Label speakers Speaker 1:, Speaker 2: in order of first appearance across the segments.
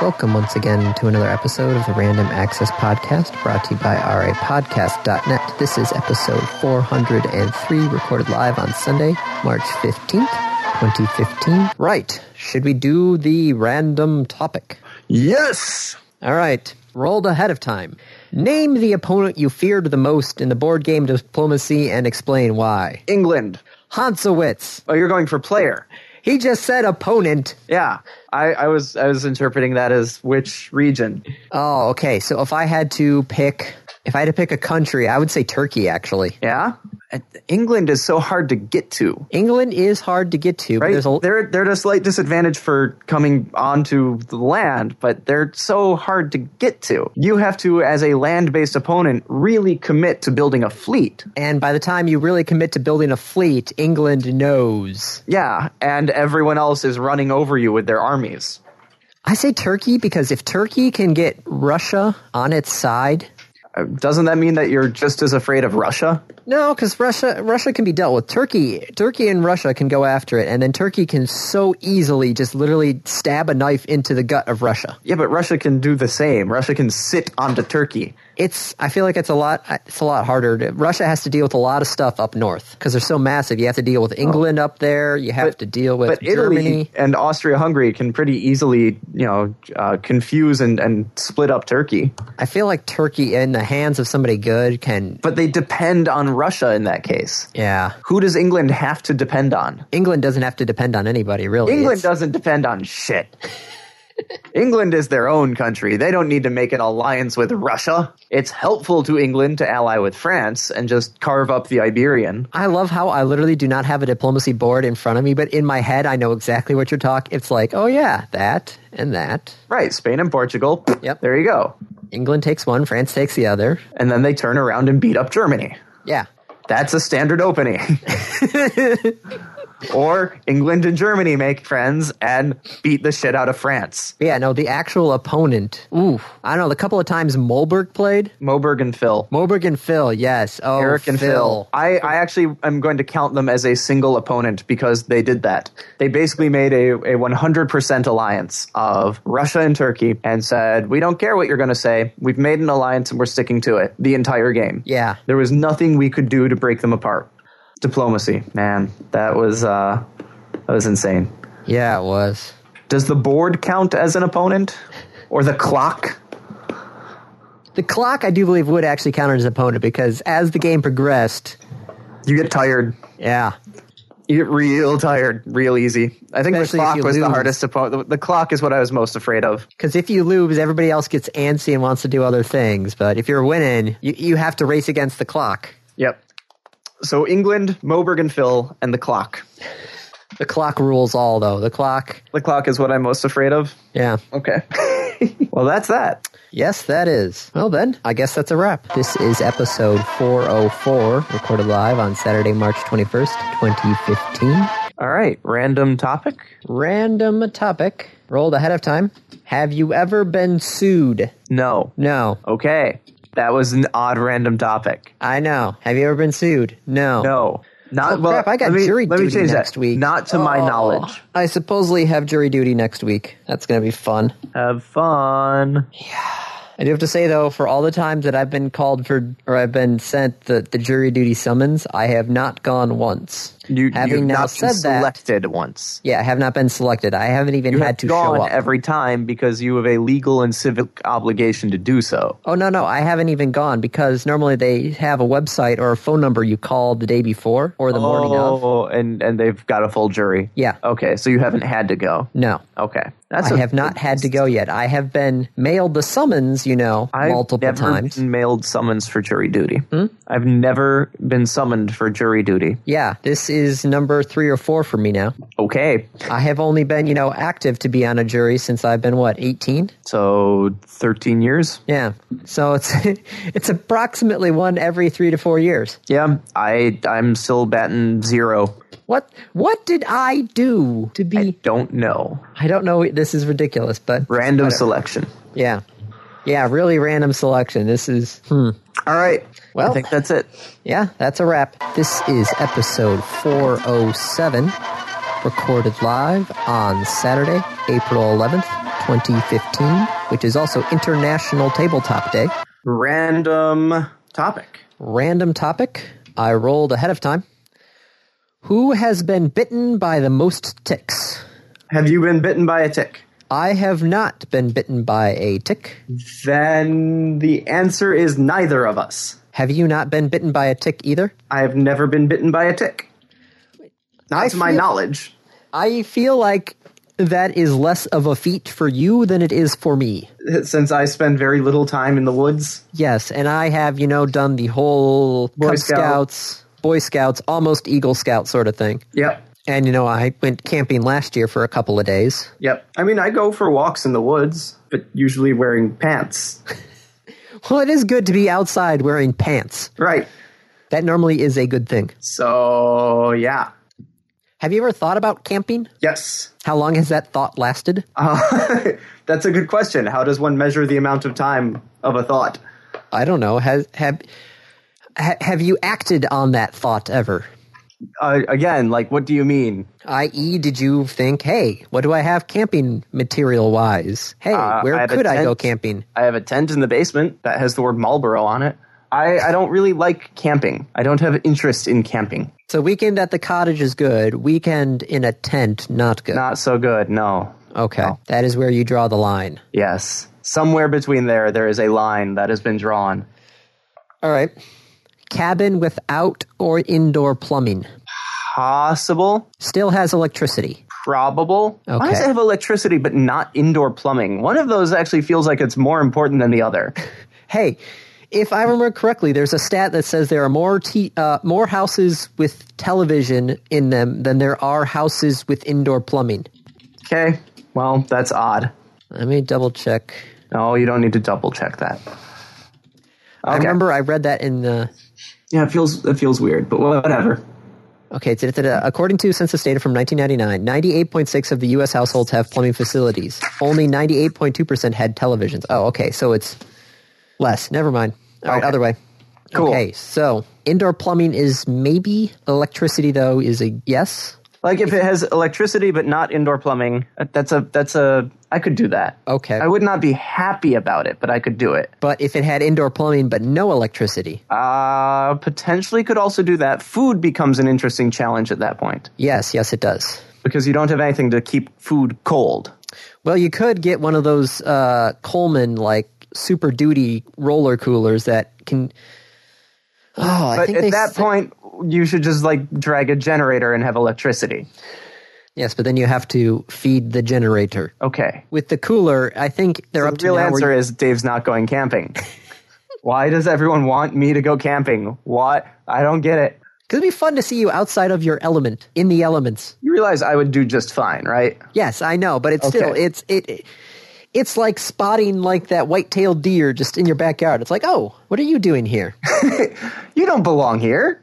Speaker 1: Welcome once again to another episode of the Random Access Podcast brought to you by rapodcast.net. This is episode 403, recorded live on Sunday, March 15th, 2015. Right. Should we do the random topic?
Speaker 2: Yes!
Speaker 1: All right. Rolled ahead of time. Name the opponent you feared the most in the board game diplomacy and explain why.
Speaker 2: England.
Speaker 1: Hansowitz.
Speaker 2: Oh, you're going for player.
Speaker 1: He just said opponent.
Speaker 2: Yeah. I, I was I was interpreting that as which region.
Speaker 1: Oh, okay. So if I had to pick, if I had to pick a country, I would say Turkey, actually.
Speaker 2: Yeah? Uh, England is so hard to get to.
Speaker 1: England is hard to get to. but
Speaker 2: Right?
Speaker 1: There's a,
Speaker 2: they're they're at a slight disadvantage for coming onto the land, but they're so hard to get to. You have to, as a land-based opponent, really commit to building a fleet.
Speaker 1: and by the time you really commit to building a fleet, England knows.
Speaker 2: Yeah, and everyone else is running over you with their armies.
Speaker 1: I say Turkey because if Turkey can get Russia on its side,
Speaker 2: Uh, Doesn't that mean that you're just as afraid of Russia?
Speaker 1: no, because Russia Russia can be dealt with. Turkey Turkey and Russia can go after it, and then Turkey can so easily just literally stab a knife into the gut of Russia.
Speaker 2: Yeah, but Russia can do the same. Russia can sit onto Turkey.
Speaker 1: It's I feel like it's a lot it's a lot harder. To, Russia has to deal with a lot of stuff up north because they're so massive. You have to deal with England up there. You have to deal with
Speaker 2: But
Speaker 1: Germany.
Speaker 2: Italy and Austria-Hungary can pretty easily, you know, uh, confuse and, and split up Turkey.
Speaker 1: I feel like Turkey in the hands of somebody good can.
Speaker 2: But they depend on Russia in that case.
Speaker 1: Yeah,
Speaker 2: Who does England have to depend on?
Speaker 1: England doesn't have to depend on anybody really.
Speaker 2: England
Speaker 1: It's-
Speaker 2: doesn't depend on shit. England is their own country. They don't need to make an alliance with Russia. It's helpful to England to ally with France and just carve up the Iberian.
Speaker 1: I love how I literally do not have a diplomacy board in front of me, but in my head I know exactly what you're talking. It's like, oh yeah, that and that.
Speaker 2: Right, Spain and Portugal.
Speaker 1: Yep.
Speaker 2: There you go.
Speaker 1: England takes one, France takes the other.
Speaker 2: And then they turn around and beat up Germany.
Speaker 1: Yeah,
Speaker 2: That's a standard opening. or England and Germany make friends and beat the shit out of France.
Speaker 1: But yeah. No, the actual opponent. Ooh, I don't know. The couple of times Molberg played.
Speaker 2: Moberg and Phil.
Speaker 1: Moberg and Phil, yes. Oh,
Speaker 2: Eric and Phil. I, I actually am going to count them as a single opponent because they did that. They basically made a, a 100% alliance of Russia and Turkey and said, we don't care what you're going to say. We've made an alliance and we're sticking to it the entire game.
Speaker 1: Yeah.
Speaker 2: There was nothing we could do to break them apart. Diplomacy, man. That was, uh, that was insane.
Speaker 1: Yeah, it was.
Speaker 2: Does the board count as an opponent? Or the clock?
Speaker 1: The clock, I do believe, would actually count as an opponent because as the game progressed,
Speaker 2: You get tired.
Speaker 1: yeah,
Speaker 2: You get real tired, real easy. I think
Speaker 1: Especially if
Speaker 2: the clock
Speaker 1: you
Speaker 2: was the
Speaker 1: lose.
Speaker 2: hardest opponent. The, the clock is what I was most afraid of.
Speaker 1: Because if you lose, everybody else gets antsy and wants to do other things. But if you're winning, you, you have to race against the clock.
Speaker 2: Yep. So England, Moberg and Phil, and the clock.
Speaker 1: The clock rules all, though. The clock.
Speaker 2: The clock is what I'm most afraid of.
Speaker 1: Yeah.
Speaker 2: Okay. well, that's that.
Speaker 1: Yes, that is. Well, then, I guess that's a wrap. This is episode 404, recorded live on Saturday, March 21st, 2015.
Speaker 2: All right. Random topic.
Speaker 1: Random topic, rolled ahead of time. Have you ever been sued?
Speaker 2: No.
Speaker 1: No.
Speaker 2: Okay. That was an odd random topic.
Speaker 1: I know. Have you ever been sued? No.
Speaker 2: No. Not
Speaker 1: Oh,
Speaker 2: well.
Speaker 1: crap, I got
Speaker 2: let me,
Speaker 1: jury
Speaker 2: let
Speaker 1: duty
Speaker 2: me change
Speaker 1: next
Speaker 2: that.
Speaker 1: week.
Speaker 2: Not to my
Speaker 1: Oh.
Speaker 2: knowledge.
Speaker 1: I supposedly have jury duty next week. That's going to be fun.
Speaker 2: Have fun.
Speaker 1: I do have to say though, for all the times that I've been called for or I've been sent the, the jury duty summons, I have not gone once.
Speaker 2: You,
Speaker 1: Having
Speaker 2: you've
Speaker 1: now
Speaker 2: not
Speaker 1: said
Speaker 2: been
Speaker 1: that,
Speaker 2: selected once.
Speaker 1: yeah, I have not been selected. I haven't even
Speaker 2: You
Speaker 1: had
Speaker 2: have
Speaker 1: to
Speaker 2: gone
Speaker 1: show up.
Speaker 2: every time because you have a legal and civic obligation to do so.
Speaker 1: oh no, no, I haven't even gone because normally they have a website or a phone number you call the day before or the morning of.
Speaker 2: oh, and and they've got a full jury.
Speaker 1: Yeah.
Speaker 2: Okay, so you haven't had to go.
Speaker 1: No.
Speaker 2: Okay, that's
Speaker 1: I
Speaker 2: a-
Speaker 1: have not had to go yet. I have been mailed the summons, you know,
Speaker 2: I've
Speaker 1: multiple
Speaker 2: never
Speaker 1: times. Hmm?
Speaker 2: been mailed summons for jury duty. I've never been summoned for jury duty.
Speaker 1: Yeah, this is number three or four for me now.
Speaker 2: Okay,
Speaker 1: I have only been, you know, active to be on a jury since I've been what, 18?
Speaker 2: so thirteen years.
Speaker 1: Yeah. So it's it's approximately one every 3 to 4 years.
Speaker 2: Yeah, I I'm still batting zero.
Speaker 1: What what did I do to be
Speaker 2: Don't know.
Speaker 1: I don't know, this is ridiculous, but
Speaker 2: Random selection.
Speaker 1: yeah. Yeah, really random selection. This is, hmm.
Speaker 2: All right.
Speaker 1: Well-
Speaker 2: I think that's it.
Speaker 1: Yeah, that's a wrap. This is episode 407, recorded live on Saturday, April 11th, 2015, which is also International Tabletop Day.
Speaker 2: Random topic.
Speaker 1: Random topic I rolled ahead of time. Who has been bitten by the most ticks?
Speaker 2: Have you been bitten by a tick?
Speaker 1: I have not been bitten by a tick.
Speaker 2: Then the answer is neither of us.
Speaker 1: Have you not been bitten by a tick either?
Speaker 2: I have never been bitten by a tick. Not
Speaker 1: I
Speaker 2: to my
Speaker 1: feel-
Speaker 2: knowledge.
Speaker 1: I feel like that is less of a feat for you than it is for me.
Speaker 2: since I spend very little time in the woods.
Speaker 1: Yes, and I have, you know, done the whole Boy
Speaker 2: Scout.
Speaker 1: Scouts, Boy Scouts, almost Eagle Scout sort of thing.
Speaker 2: Yep.
Speaker 1: And, you know, I went camping last year for a couple of days.
Speaker 2: Yep. I mean, I go for walks in the woods, but usually wearing pants.
Speaker 1: Well, it is good to be outside wearing pants.
Speaker 2: Right.
Speaker 1: That normally is a good thing.
Speaker 2: So, yeah.
Speaker 1: Have you ever thought about camping?
Speaker 2: Yes.
Speaker 1: How long has that thought lasted?
Speaker 2: Uh, that's a good question. How does one measure the amount of time of a thought?
Speaker 1: I don't know. Has have ha, have you acted on that thought ever?
Speaker 2: Uh, again, like, what do you mean?
Speaker 1: I.e., E, did you think, hey, what do I have camping material wise? Hey,
Speaker 2: Uh, I
Speaker 1: where
Speaker 2: have a
Speaker 1: could I go
Speaker 2: tent.
Speaker 1: camping?
Speaker 2: I have a tent in the basement that has the word Marlboro on it. I, I don't really like camping. I don't have interest in camping.
Speaker 1: So weekend at the cottage is good. Weekend in a tent, not good.
Speaker 2: Not so good, no.
Speaker 1: okay, that is where you draw the line.
Speaker 2: Yes. Somewhere between there, there is a line that has been drawn.
Speaker 1: All right. Cabin without or indoor plumbing.
Speaker 2: Possible,
Speaker 1: Still has electricity.
Speaker 2: probable. Why does
Speaker 1: Okay.
Speaker 2: it have electricity but not indoor plumbing? One of those actually feels like it's more important than the other.
Speaker 1: Hey, if I remember correctly, there's a stat that says there are more t- uh, more houses with television in them than there are houses with indoor plumbing.
Speaker 2: Okay. Well, that's odd.
Speaker 1: Let me double check.
Speaker 2: No, you don't need to double check that.
Speaker 1: I
Speaker 2: Okay.
Speaker 1: remember I read that in the
Speaker 2: Yeah, it feels it feels weird, but whatever.
Speaker 1: Okay, da- da- da. according to census data from 1999, 98.6 of the U.S. households have plumbing facilities. Only 98.2% had televisions. Oh, okay, so it's less. Never mind. All right,
Speaker 2: Okay.
Speaker 1: other way.
Speaker 2: Cool.
Speaker 1: Okay, so indoor plumbing is maybe electricity, though, is a yes.
Speaker 2: Like if it has electricity but not indoor plumbing, uh, that's a that's a I could do that.
Speaker 1: Okay.
Speaker 2: I would not be happy about it, but I could do it.
Speaker 1: But if it had indoor plumbing but no electricity,
Speaker 2: Uh potentially could also do that. Food becomes an interesting challenge at that point
Speaker 1: yes, yes, it does.
Speaker 2: because you don't have anything to keep food cold.
Speaker 1: Well, you could get one of those uh, Coleman like Super Duty roller coolers that can. Oh, I
Speaker 2: But
Speaker 1: think they
Speaker 2: at that
Speaker 1: s-
Speaker 2: point, you should just like drag a generator and have electricity.
Speaker 1: Yes, but then you have to feed the generator.
Speaker 2: Okay.
Speaker 1: With the cooler, I think they're
Speaker 2: The
Speaker 1: up to
Speaker 2: real
Speaker 1: now
Speaker 2: answer
Speaker 1: where-
Speaker 2: is Dave's not going camping. Why does everyone want me to go camping? What? I don't get it.
Speaker 1: 'Cause it'd be fun to see you outside of your element, in the elements.
Speaker 2: You realize I would do just fine, right?
Speaker 1: Yes, I know, but it's still
Speaker 2: Okay.
Speaker 1: it's it, it- it's like spotting like that white-tailed deer just in your backyard. It's like, "Oh, what are you doing here?
Speaker 2: You don't belong here.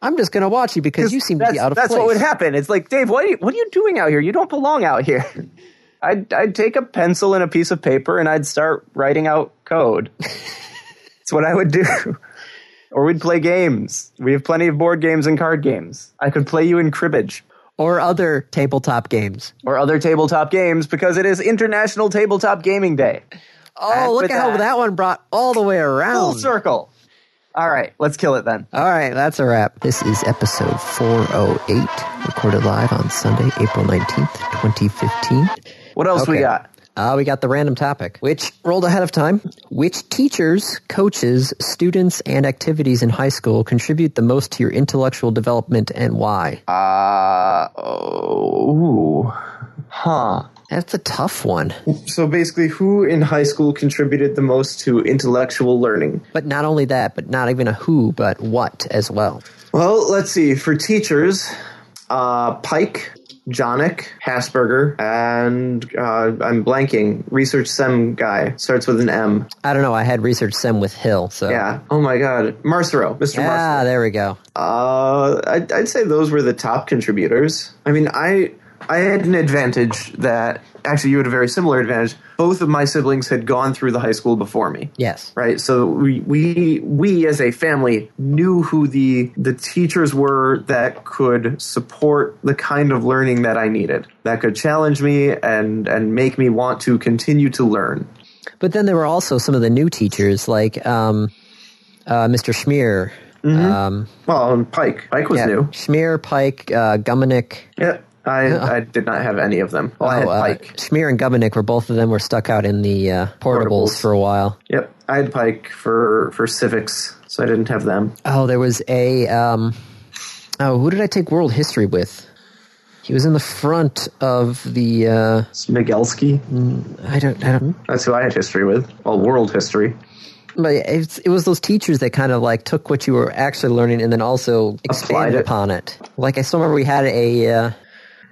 Speaker 1: I'm just going to watch you because you seem to
Speaker 2: that's
Speaker 1: be out of
Speaker 2: that's
Speaker 1: place."
Speaker 2: what would happen. It's like, Dave, what are you, what are you doing out here? You don't belong out here. I'd, I'd take a pencil and a piece of paper and I'd start writing out code. That's what I would do. Or we'd play games. We have plenty of board games and card games. I could play you in cribbage
Speaker 1: Or other tabletop games.
Speaker 2: or other tabletop games because it is International Tabletop Gaming Day.
Speaker 1: Oh,
Speaker 2: And
Speaker 1: look
Speaker 2: with
Speaker 1: at how
Speaker 2: that-
Speaker 1: that one brought all the way
Speaker 2: Full
Speaker 1: around.
Speaker 2: circle. All right, let's kill it then.
Speaker 1: All right, that's a wrap. This is episode 408, recorded live on Sunday, April 19th, 2015.
Speaker 2: What else we
Speaker 1: Okay.
Speaker 2: got?
Speaker 1: Uh, we got the random topic, which rolled ahead of time. Which teachers, coaches, students, and activities in high school contribute the most to your intellectual development and why?
Speaker 2: Uh, oh, huh.
Speaker 1: That's a tough one.
Speaker 2: So basically, who in high school contributed the most to intellectual learning?
Speaker 1: But not only that, but not even a who, but what as well.
Speaker 2: Well, let's see. For teachers, uh, Pike, Jonick, Hasberger, and uh, I'm blanking. Research Sem guy starts with an M.
Speaker 1: I don't know. I had research sem with Hill, so.
Speaker 2: Yeah. Oh my God, Marcero, Mr. Marcero.
Speaker 1: Ah, there we go.
Speaker 2: Uh, I'd, I'd say those were the top contributors. I mean, I I had an advantage that actually you had a very similar advantage. Both of my siblings had gone through the high school before me.
Speaker 1: Yes.
Speaker 2: Right. So we we we as a family knew who the the teachers were that could support the kind of learning that I needed. That could challenge me and and make me want to continue to learn.
Speaker 1: But then there were also some of the new teachers, like um, uh, Mr. Schmier. Um,
Speaker 2: Well, and Pike. Pike was
Speaker 1: yeah,
Speaker 2: new.
Speaker 1: Schmier, Pike, uh, Gumanick.
Speaker 2: Yeah. I, I did not have any of them. Well, I had
Speaker 1: Oh, uh,
Speaker 2: Pike.
Speaker 1: Schmier and Gubinick were both of them were stuck out in the uh, portables,
Speaker 2: Portables.
Speaker 1: for a while.
Speaker 2: Yep, I had Pike for for civics, so I didn't have them.
Speaker 1: Oh, there was a um, oh, who did I take world history with? He was in the front of the uh,
Speaker 2: Smigelski.
Speaker 1: I don't I don't
Speaker 2: That's who I had history with. Well, world history.
Speaker 1: but it's, it was those teachers that kind of like took what you were actually learning and then also expanded
Speaker 2: it.
Speaker 1: upon it. Like I still remember we had a uh,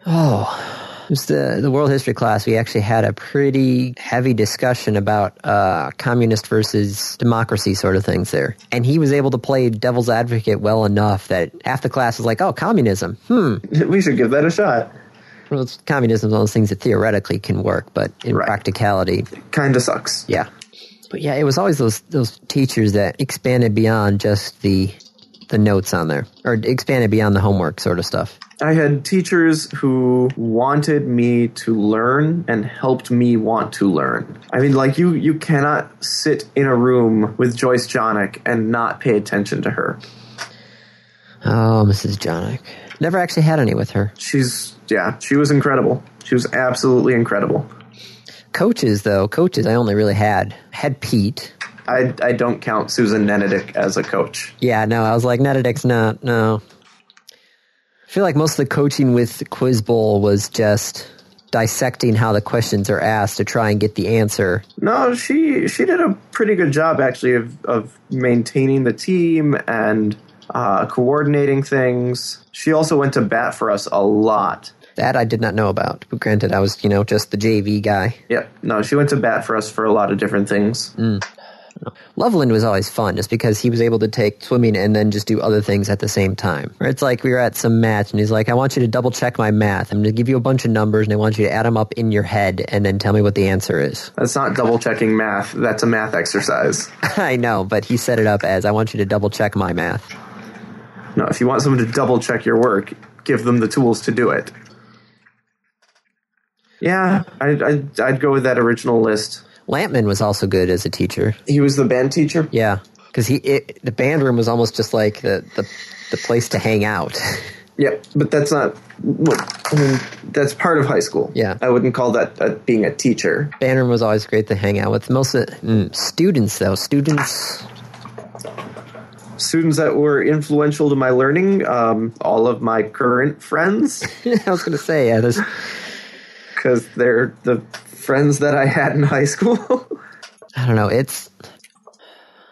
Speaker 1: oh it was the the world history class. We actually had a pretty heavy discussion about uh, communist versus democracy sort of things there, and he was able to play devil's advocate well enough that half the class was like, "Oh, communism, hmm."
Speaker 2: We should give that a shot.
Speaker 1: Well, it's, communism's one of those things that theoretically can work, but in
Speaker 2: Right.
Speaker 1: practicality,
Speaker 2: Kind of sucks.
Speaker 1: yeah. But yeah, it was always those those teachers that expanded beyond just the the notes on there, or expanded beyond the homework sort of stuff.
Speaker 2: I had teachers who wanted me to learn and helped me want to learn. I mean, like you you cannot sit in a room with Joyce Jonick and not pay attention to her.
Speaker 1: Oh, Mrs. Jonick. Never actually had any with her.
Speaker 2: She's yeah, she was incredible. She was absolutely incredible.
Speaker 1: Coaches, though, coaches, I only really had had Pete.
Speaker 2: I I don't count Susan Nenedick as a coach.
Speaker 1: Yeah, no, I was like, Netadic's not. No, I feel like most of the coaching with Quiz Bowl was just dissecting how the questions are asked to try and get the answer
Speaker 2: No, she she did a pretty good job actually of, of maintaining the team and uh, coordinating things. She also went to bat for us a lot.
Speaker 1: That I did not know about. But granted, I was, you know, just the JV guy.
Speaker 2: Yep. No, she went to bat for us for a lot of different things.
Speaker 1: Loveland was always fun just because he was able to take swimming and then just do other things at the same time. Or it's like we were at some match and he's like, I want you to double check my math. I'm going to give you a bunch of numbers and I want you to add them up in your head and then tell me what the answer is.
Speaker 2: That's not double checking math. That's a math exercise.
Speaker 1: I know, but he set it up as I want you to double check my math.
Speaker 2: No, if you want someone to double check your work, give them the tools to do it. Yeah, I, I, I'd go with that original list.
Speaker 1: Lampman was also good as a teacher.
Speaker 2: He was the band teacher.
Speaker 1: Yeah. Because he, it, the band room was almost just like the, the, the place to hang out.
Speaker 2: Yep, but that's not. I mean, that's part of high school.
Speaker 1: Yeah.
Speaker 2: I wouldn't call that uh, being a teacher.
Speaker 1: Banner was always great to hang out with. Most of, mm, students, though, students.
Speaker 2: Students that were influential to my learning, um, all of my current friends,
Speaker 1: I was gonna say, yeah, there's.
Speaker 2: because they're the friends that I had in high school.
Speaker 1: I don't know. It's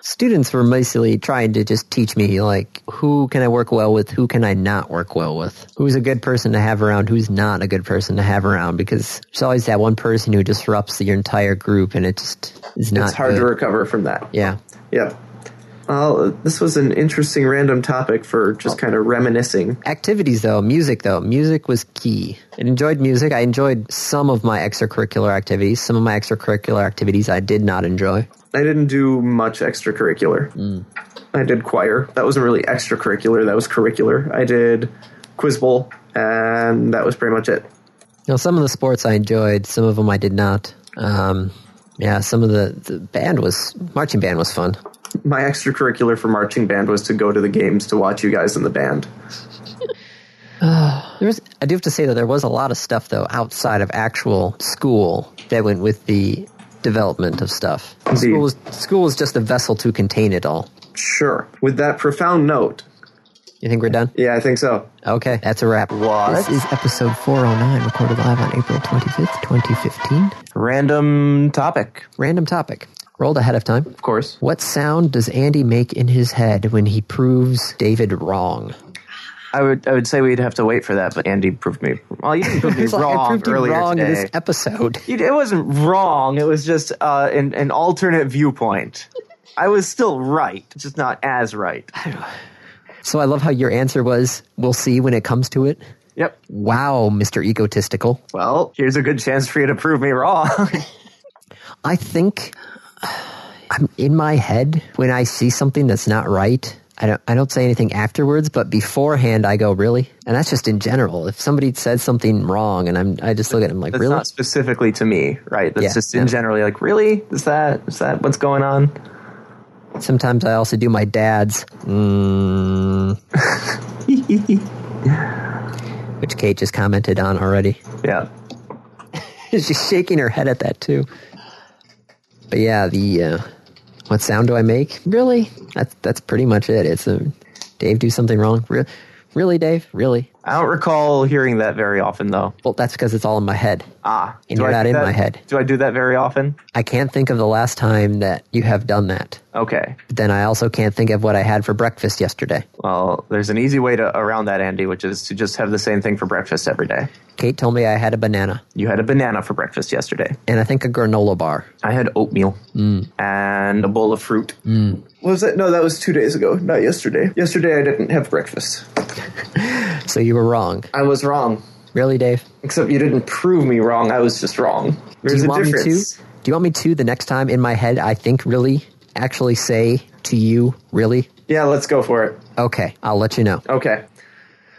Speaker 1: students were mostly trying to just teach me like who can I work well with, who can I not work well with, who's a good person to have around, who's not a good person to have around, because there's always that one person who disrupts your entire group, and it just is not.
Speaker 2: it's hard
Speaker 1: good.
Speaker 2: to recover from that.
Speaker 1: Yeah.
Speaker 2: Yep. Well, this was an interesting random topic for just kind of reminiscing.
Speaker 1: Activities though, music though, music was key. I enjoyed music. I enjoyed some of my extracurricular activities. Some of my extracurricular activities I did not enjoy.
Speaker 2: I didn't do much extracurricular. I did choir. That wasn't really extracurricular. That was curricular. I did quiz bowl, and that was pretty much it.
Speaker 1: You know, some of the sports I enjoyed, some of them I did not. Um, yeah, some of the, the band was marching band was fun.
Speaker 2: My extracurricular for marching band was to go to the games to watch you guys in the band.
Speaker 1: There was, I do have to say that there was a lot of stuff though outside of actual school that went with the development of stuff. School was school was just a vessel to contain it all.
Speaker 2: Sure. With that profound note.
Speaker 1: You think we're done?
Speaker 2: Yeah, I think so.
Speaker 1: Okay, that's a wrap.
Speaker 2: What?
Speaker 1: This is episode 409, recorded live on April 25th, 2015.
Speaker 2: Random topic,
Speaker 1: Random topic. Rolled ahead of time.
Speaker 2: of course.
Speaker 1: What sound does Andy make in his head when he proves David wrong?
Speaker 2: I would I would say we'd have to wait for that, but Andy proved me. Well, you didn't prove me
Speaker 1: It's like, I
Speaker 2: wrong
Speaker 1: proved you
Speaker 2: earlier
Speaker 1: wrong
Speaker 2: today.
Speaker 1: this episode.
Speaker 2: You- It wasn't wrong. It was just uh, an, an alternate viewpoint. I was still right, just not as right.
Speaker 1: So I love how your answer was, "We'll see when it comes to it."
Speaker 2: Yep.
Speaker 1: Wow, Mr. Egotistical.
Speaker 2: Well, here's a good chance for you to prove me wrong.
Speaker 1: I think I'm in my head when I see something that's not right. I don't, I don't say anything afterwards, but beforehand I go, really? And that's just in general. If somebody says something wrong and I'm, I just look at them like,
Speaker 2: That's
Speaker 1: really?
Speaker 2: not specifically to me, right? That's
Speaker 1: Yeah,
Speaker 2: just in
Speaker 1: yeah.
Speaker 2: generally like, really? Is that is that what's going on?
Speaker 1: Sometimes I also do my dad's, mm, which Kate just commented on already.
Speaker 2: yeah.
Speaker 1: She's shaking her head at that too. But yeah, the uh, what sound do I make? Really? That's that's pretty much it. It's a Dave do something wrong. Re- really, Dave? Really?
Speaker 2: I don't recall hearing that very often though.
Speaker 1: Well, that's because it's all in my head.
Speaker 2: Ah,
Speaker 1: And
Speaker 2: do
Speaker 1: you're
Speaker 2: I
Speaker 1: not
Speaker 2: do
Speaker 1: in
Speaker 2: that-
Speaker 1: my head.
Speaker 2: Do I do that very often?
Speaker 1: I can't think of the last time that you have done that.
Speaker 2: Okay.
Speaker 1: But then I also can't think of what I had for breakfast yesterday.
Speaker 2: Well, there's an easy way to around that, Andy, which is to just have the same thing for breakfast every day.
Speaker 1: Kate told me I had a banana
Speaker 2: You had a banana for breakfast yesterday.
Speaker 1: and I think a granola bar.
Speaker 2: I had oatmeal
Speaker 1: Mm.
Speaker 2: and a bowl of fruit. Was it? No, that was two days ago, not yesterday. Yesterday I didn't have breakfast.
Speaker 1: So you were wrong.
Speaker 2: I was wrong.
Speaker 1: Really, Dave?
Speaker 2: Except you didn't prove me wrong. I was just wrong. There's
Speaker 1: do you
Speaker 2: a
Speaker 1: want
Speaker 2: difference.
Speaker 1: me to? Do you want me to the next time in my head I think really actually say to you really?
Speaker 2: Yeah, let's go for it.
Speaker 1: Okay, I'll let you know.
Speaker 2: Okay.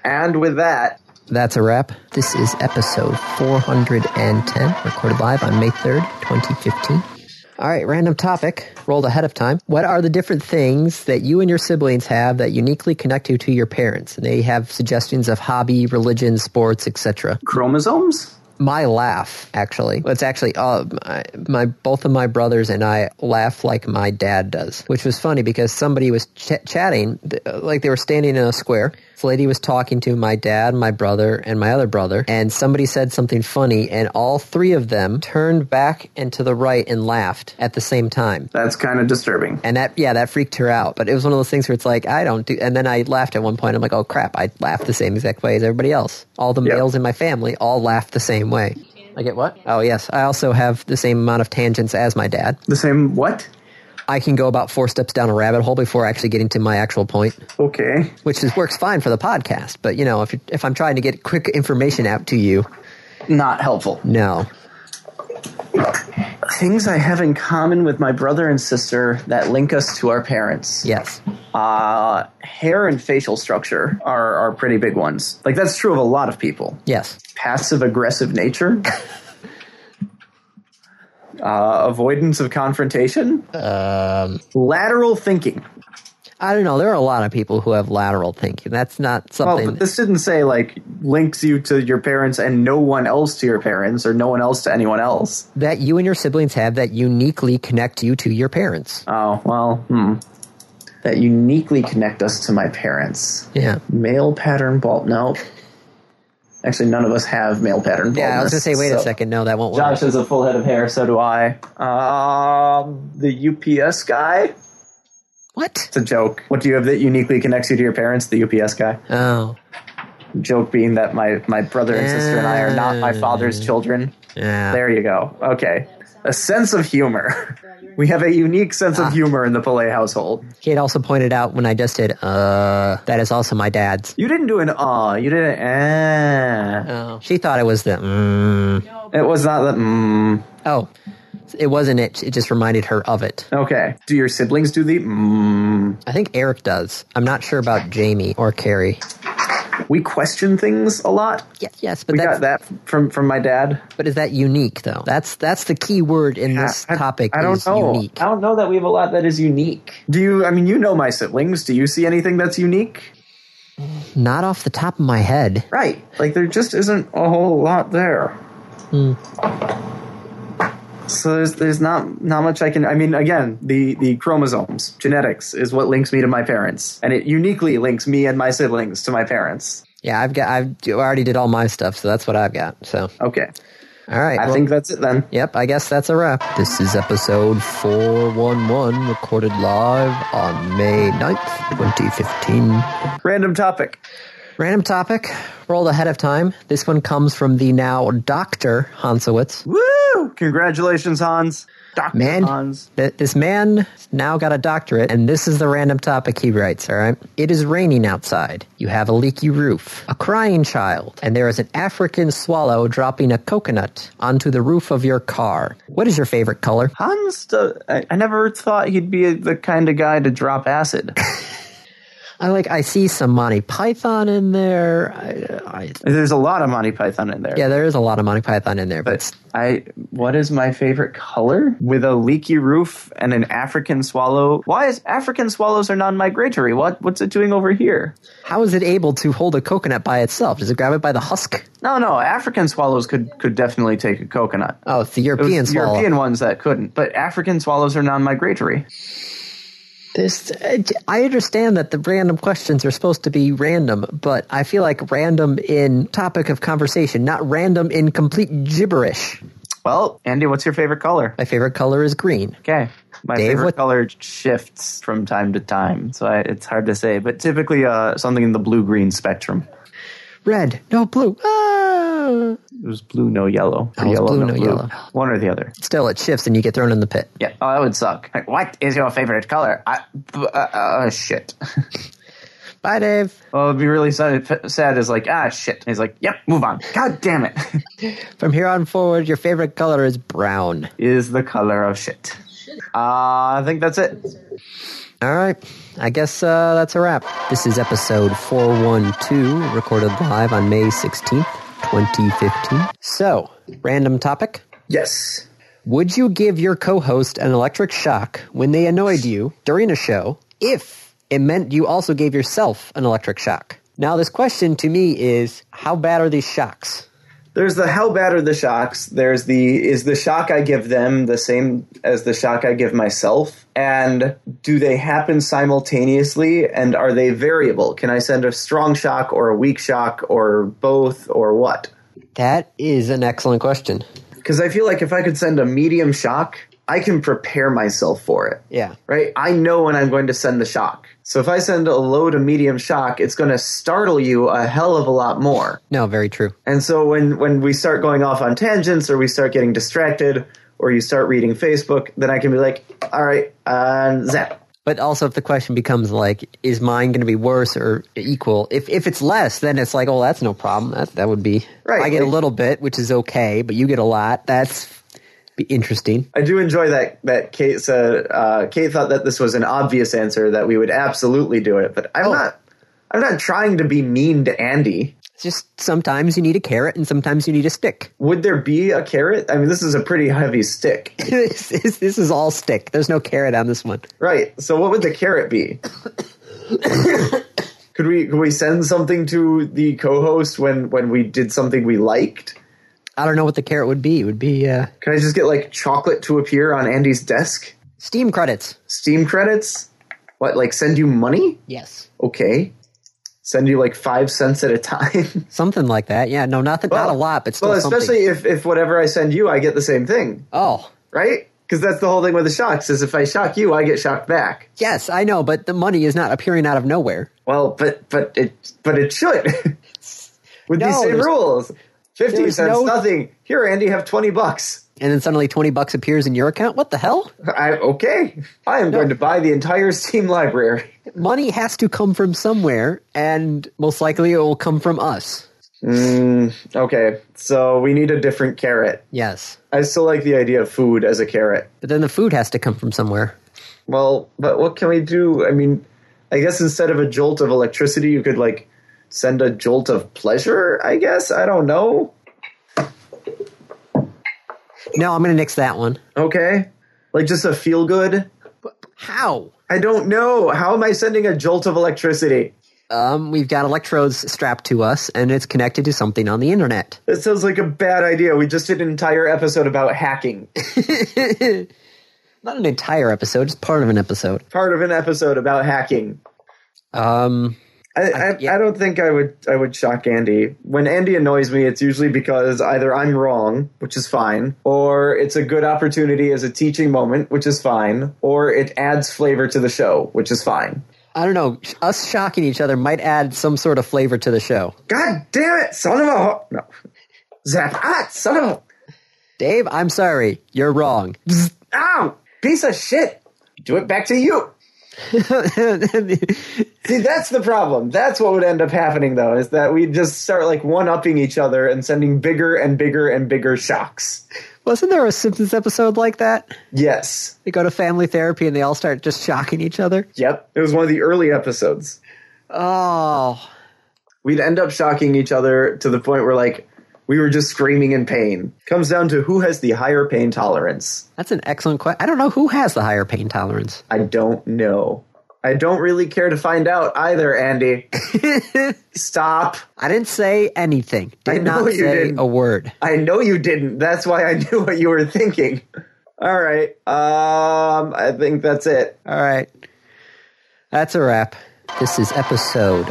Speaker 2: And with that,
Speaker 1: That's a wrap. This is episode 410, recorded live on May 3rd, 2015. All right, random topic rolled ahead of time. What are the different things that you and your siblings have that uniquely connect you to your parents? And they have suggestions of hobby, religion, sports, etc.
Speaker 2: chromosomes.
Speaker 1: my laugh actually it's actually uh, my, my both of my brothers and i laugh like my dad does which was funny because somebody was ch- chatting th- like they were standing in a square this lady was talking to my dad my brother and my other brother and somebody said something funny and all three of them turned back and to the right and laughed at the same time
Speaker 2: That's kind of disturbing.
Speaker 1: and that yeah that freaked her out but it was one of those things where it's like i don't do and then i laughed at one point i'm like oh crap i laughed the same exact way as everybody else all the
Speaker 2: Yep.
Speaker 1: males in my family all laughed the same way i get what oh yes i also have the same amount of tangents as my dad
Speaker 2: The same what?
Speaker 1: i can go about four steps down a rabbit hole before actually getting to my actual point
Speaker 2: Okay.
Speaker 1: which is, works fine for the podcast but you know if, you- if i'm trying to get quick information out to you
Speaker 2: Not helpful.
Speaker 1: no
Speaker 2: Things I have in common with my brother and sister that link us to our parents.
Speaker 1: yes
Speaker 2: Uh, hair and facial structure are, are pretty big ones. Like, that's true of a lot of people.
Speaker 1: yes
Speaker 2: Passive aggressive nature. Uh, avoidance of confrontation,
Speaker 1: um,
Speaker 2: lateral thinking.
Speaker 1: i don't know there are a lot of people who have lateral thinking that's not
Speaker 2: Well,
Speaker 1: something
Speaker 2: Oh, but this didn't say like links you to your parents and no one else to your parents or no one else to anyone else.
Speaker 1: that you and your siblings have that uniquely connect you to your parents.
Speaker 2: Oh well, hmm. That uniquely connect us to my parents.
Speaker 1: Yeah.
Speaker 2: Male pattern bald. No, actually, none of us have male pattern baldness.
Speaker 1: Yeah, I was gonna say, wait a
Speaker 2: so-
Speaker 1: second, no, that won't work.
Speaker 2: Josh has a full head of hair. So do I. Um, the UPS guy.
Speaker 1: What?
Speaker 2: It's a joke. What do you have that uniquely connects you to your parents? The UPS guy.
Speaker 1: Oh,
Speaker 2: Joke being that my my brother and sister and I are not my
Speaker 1: Uh.
Speaker 2: father's children.
Speaker 1: yeah.
Speaker 2: There you go. Okay. A sense of humor. We have a unique sense
Speaker 1: Ah.
Speaker 2: of humor in the Pillay household.
Speaker 1: Kate also pointed out when I just did, uh, that is also my dad's.
Speaker 2: You didn't do an ah. You did an eh.
Speaker 1: Oh. She thought it was the, mm.
Speaker 2: It was not the mmm.
Speaker 1: oh, it wasn't it. It just reminded her of it.
Speaker 2: Okay. Do your siblings do the mmm?
Speaker 1: I think Eric does. I'm not sure about Jamie or Carrie.
Speaker 2: We question things a lot.
Speaker 1: Yeah, yes, but
Speaker 2: We
Speaker 1: that's,
Speaker 2: got that from from my dad.
Speaker 1: but is that unique though? That's that's the key word in this
Speaker 2: I-
Speaker 1: topic.
Speaker 2: I don't
Speaker 1: is
Speaker 2: know.
Speaker 1: Unique.
Speaker 2: I don't know that we have a lot that is unique. Do you? I mean, you know my siblings. Do you see anything that's unique?
Speaker 1: Not off the top of my head.
Speaker 2: Right. Like there just isn't a whole lot there.
Speaker 1: Hmm.
Speaker 2: So there's there's not not much I can I mean again the the chromosomes genetics is what links me to my parents and it uniquely links me and my siblings to my parents.
Speaker 1: Yeah, I've got. I've I already did all my stuff, so that's what I've got. So,
Speaker 2: Okay.
Speaker 1: all right.
Speaker 2: I
Speaker 1: well-
Speaker 2: think that's it then.
Speaker 1: Yep, I guess that's a wrap. This is episode 411, recorded live on May 9th, 2015.
Speaker 2: Random topic.
Speaker 1: Random topic, rolled ahead of time. This one comes from the now Dr. Hansowitz.
Speaker 2: Woo! Congratulations, Hans. Dr.
Speaker 1: Man.
Speaker 2: Hans.
Speaker 1: Th- This man now got a doctorate, and this is the random topic he writes, all right? It is raining outside. You have a leaky roof, a crying child, and there is an African swallow dropping a coconut onto the roof of your car. What is your favorite color?
Speaker 2: Hans, uh, I, I never thought he'd be the kind of guy to drop acid.
Speaker 1: I like, I see some Monty Python in there. I, I,
Speaker 2: There's a lot of Monty Python in there.
Speaker 1: yeah, there is a lot of Monty Python in there, but
Speaker 2: But I, what is my favorite color? With a leaky roof and an African swallow. Why is African swallows are non-migratory? What what's it doing over here?
Speaker 1: how is it able to hold a coconut by itself? Does it grab it by the husk?
Speaker 2: No, no, African swallows could could definitely take a coconut.
Speaker 1: Oh, it's the
Speaker 2: It was
Speaker 1: European swallow.
Speaker 2: European ones that couldn't, but African swallows are non-migratory.
Speaker 1: This, I understand that the random questions are supposed to be random, but I feel like random in topic of conversation, not random in complete gibberish.
Speaker 2: Well, Andy, what's your favorite color?
Speaker 1: My favorite color is green.
Speaker 2: Okay. My
Speaker 1: Dave,
Speaker 2: favorite
Speaker 1: what-
Speaker 2: color shifts from time to time, so I, it's hard to say. But typically, uh, something in the blue-green spectrum.
Speaker 1: Red, no blue. Ah!
Speaker 2: It was blue, no yellow. Or
Speaker 1: Oh, it's
Speaker 2: yellow,
Speaker 1: blue,
Speaker 2: no,
Speaker 1: no
Speaker 2: blue.
Speaker 1: yellow.
Speaker 2: One or the other.
Speaker 1: Still, it shifts and you get thrown in the pit.
Speaker 2: Yeah. Oh, that would suck. Like, what is your favorite color? I, b- uh, uh, shit.
Speaker 1: Bye, Dave.
Speaker 2: well, it'd be really sad. Sad is like, ah, shit. And he's like, yep, move on. God damn it.
Speaker 1: From here on forward, your favorite color is brown.
Speaker 2: is the color of shit. Uh, I think that's it.
Speaker 1: All right. I guess uh, that's a wrap. This is episode 412, recorded live on May 16th, 2015. So, random topic.
Speaker 2: Yes.
Speaker 1: Would you give your co host an electric shock when they annoyed you during a show if it meant you also gave yourself an electric shock? Now, this question to me is how bad are these shocks?
Speaker 2: There's the how bad are the shocks. There's the is the shock I give them the same as the shock I give myself? And do they happen simultaneously? And are they variable? Can I send a strong shock or a weak shock or both or what?
Speaker 1: That is an excellent question.
Speaker 2: Because I feel like if I could send a medium shock, I can prepare myself for it.
Speaker 1: Yeah.
Speaker 2: Right? I know when I'm going to send the shock. So if I send a low to medium shock, it's going to startle you a hell of a lot more.
Speaker 1: No, very true.
Speaker 2: And so when, when we start going off on tangents or we start getting distracted or you start reading Facebook, then I can be like, all right, uh, zap.
Speaker 1: But also, if the question becomes like, is mine going to be worse or equal? If, if it's less, then it's like, oh, that's no problem. That, that would be.
Speaker 2: Right,
Speaker 1: I get a
Speaker 2: like-
Speaker 1: little bit, which is okay, but you get a lot. That's be interesting.
Speaker 2: I do enjoy that that Kate said uh, Kate thought that this was an obvious answer that we would absolutely do it, but I'm not I'm not trying to be mean to Andy.
Speaker 1: It's just sometimes you need a carrot and sometimes you need a stick.
Speaker 2: Would there be a carrot? I mean, this is a pretty heavy stick.
Speaker 1: this, is, this is all stick. There's no carrot on this one.
Speaker 2: Right. So what would the carrot be? could we could we send something to the co-host when when we did something we liked?
Speaker 1: I don't know what the carrot would be. It would be uh,
Speaker 2: Could I just get like chocolate to appear on Andy's desk?
Speaker 1: Steam credits.
Speaker 2: Steam credits? What like send you money?
Speaker 1: Yes.
Speaker 2: Okay. Send you like 5 cents at a time.
Speaker 1: Something like that. Yeah, no, not, that, not a lot, but still
Speaker 2: Well,
Speaker 1: something.
Speaker 2: especially if if whatever I send you, I get the same thing,
Speaker 1: oh,
Speaker 2: right? Cuz that's the whole thing with the shocks is if I shock you, I get shocked back.
Speaker 1: yes, I know, but the money is not appearing out of nowhere.
Speaker 2: Well, but but it but it should with
Speaker 1: No,
Speaker 2: these same
Speaker 1: there's-
Speaker 2: rules. Fifty
Speaker 1: there's
Speaker 2: cents,
Speaker 1: no-
Speaker 2: nothing. Here, Andy, have twenty bucks.
Speaker 1: And then suddenly 20 bucks appears in your account. What the hell?
Speaker 2: I okay. I am going to buy the entire Steam library.
Speaker 1: Money has to come from somewhere, and most likely it will come from us.
Speaker 2: Okay, so we need a different carrot.
Speaker 1: Yes.
Speaker 2: I still like the idea of food as a carrot.
Speaker 1: But then the food has to come from somewhere.
Speaker 2: Well, but what can we do? I mean, I guess instead of a jolt of electricity, you could like send a jolt of pleasure. I guess I don't know.
Speaker 1: No, I'm going to nix that one.
Speaker 2: Okay, like just a feel good.
Speaker 1: How?
Speaker 2: I don't know. How am I sending a jolt of electricity?
Speaker 1: Um, we've got electrodes strapped to us, and it's connected to something on the internet.
Speaker 2: That sounds like a bad idea. We just did an entire episode about hacking.
Speaker 1: Not an entire episode, just part of an episode.
Speaker 2: Part of an episode about hacking.
Speaker 1: Um,
Speaker 2: I, I,
Speaker 1: yeah.
Speaker 2: I don't think I would I would shock Andy. When Andy annoys me, it's usually because either I'm wrong, which is fine, or it's a good opportunity as a teaching moment, which is fine, or it adds flavor to the show, which is fine.
Speaker 1: I don't know. Us shocking each other might add some sort of flavor to the show.
Speaker 2: God damn it, son of a ho- no. Zap ah, son of a
Speaker 1: Dave, I'm sorry. You're wrong.
Speaker 2: ow, piece of shit. Do it back to you. See, that's the problem. That's what would end up happening, though, is that we just start like one upping each other and sending bigger and bigger and bigger shocks.
Speaker 1: Wasn't there a Simpsons episode like that?
Speaker 2: Yes.
Speaker 1: They go to family therapy and they all start just shocking each other.
Speaker 2: Yep. It was one of the early episodes.
Speaker 1: Oh,
Speaker 2: We'd end up shocking each other to the point where like we were just screaming in pain. Comes down to who has the higher pain tolerance.
Speaker 1: that's an excellent question. I don't know who has the higher pain tolerance.
Speaker 2: I don't know. I don't really care to find out either, Andy. Stop.
Speaker 1: I didn't say anything. Did
Speaker 2: I know
Speaker 1: not
Speaker 2: you
Speaker 1: say
Speaker 2: didn't.
Speaker 1: a word.
Speaker 2: I know you didn't. That's why I knew what you were thinking. All right. Um, I think that's it.
Speaker 1: All right. That's a wrap. This is episode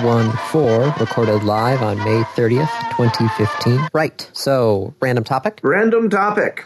Speaker 1: 414, recorded live on May 30th, 2015. Right. So, random topic.
Speaker 2: Random topic: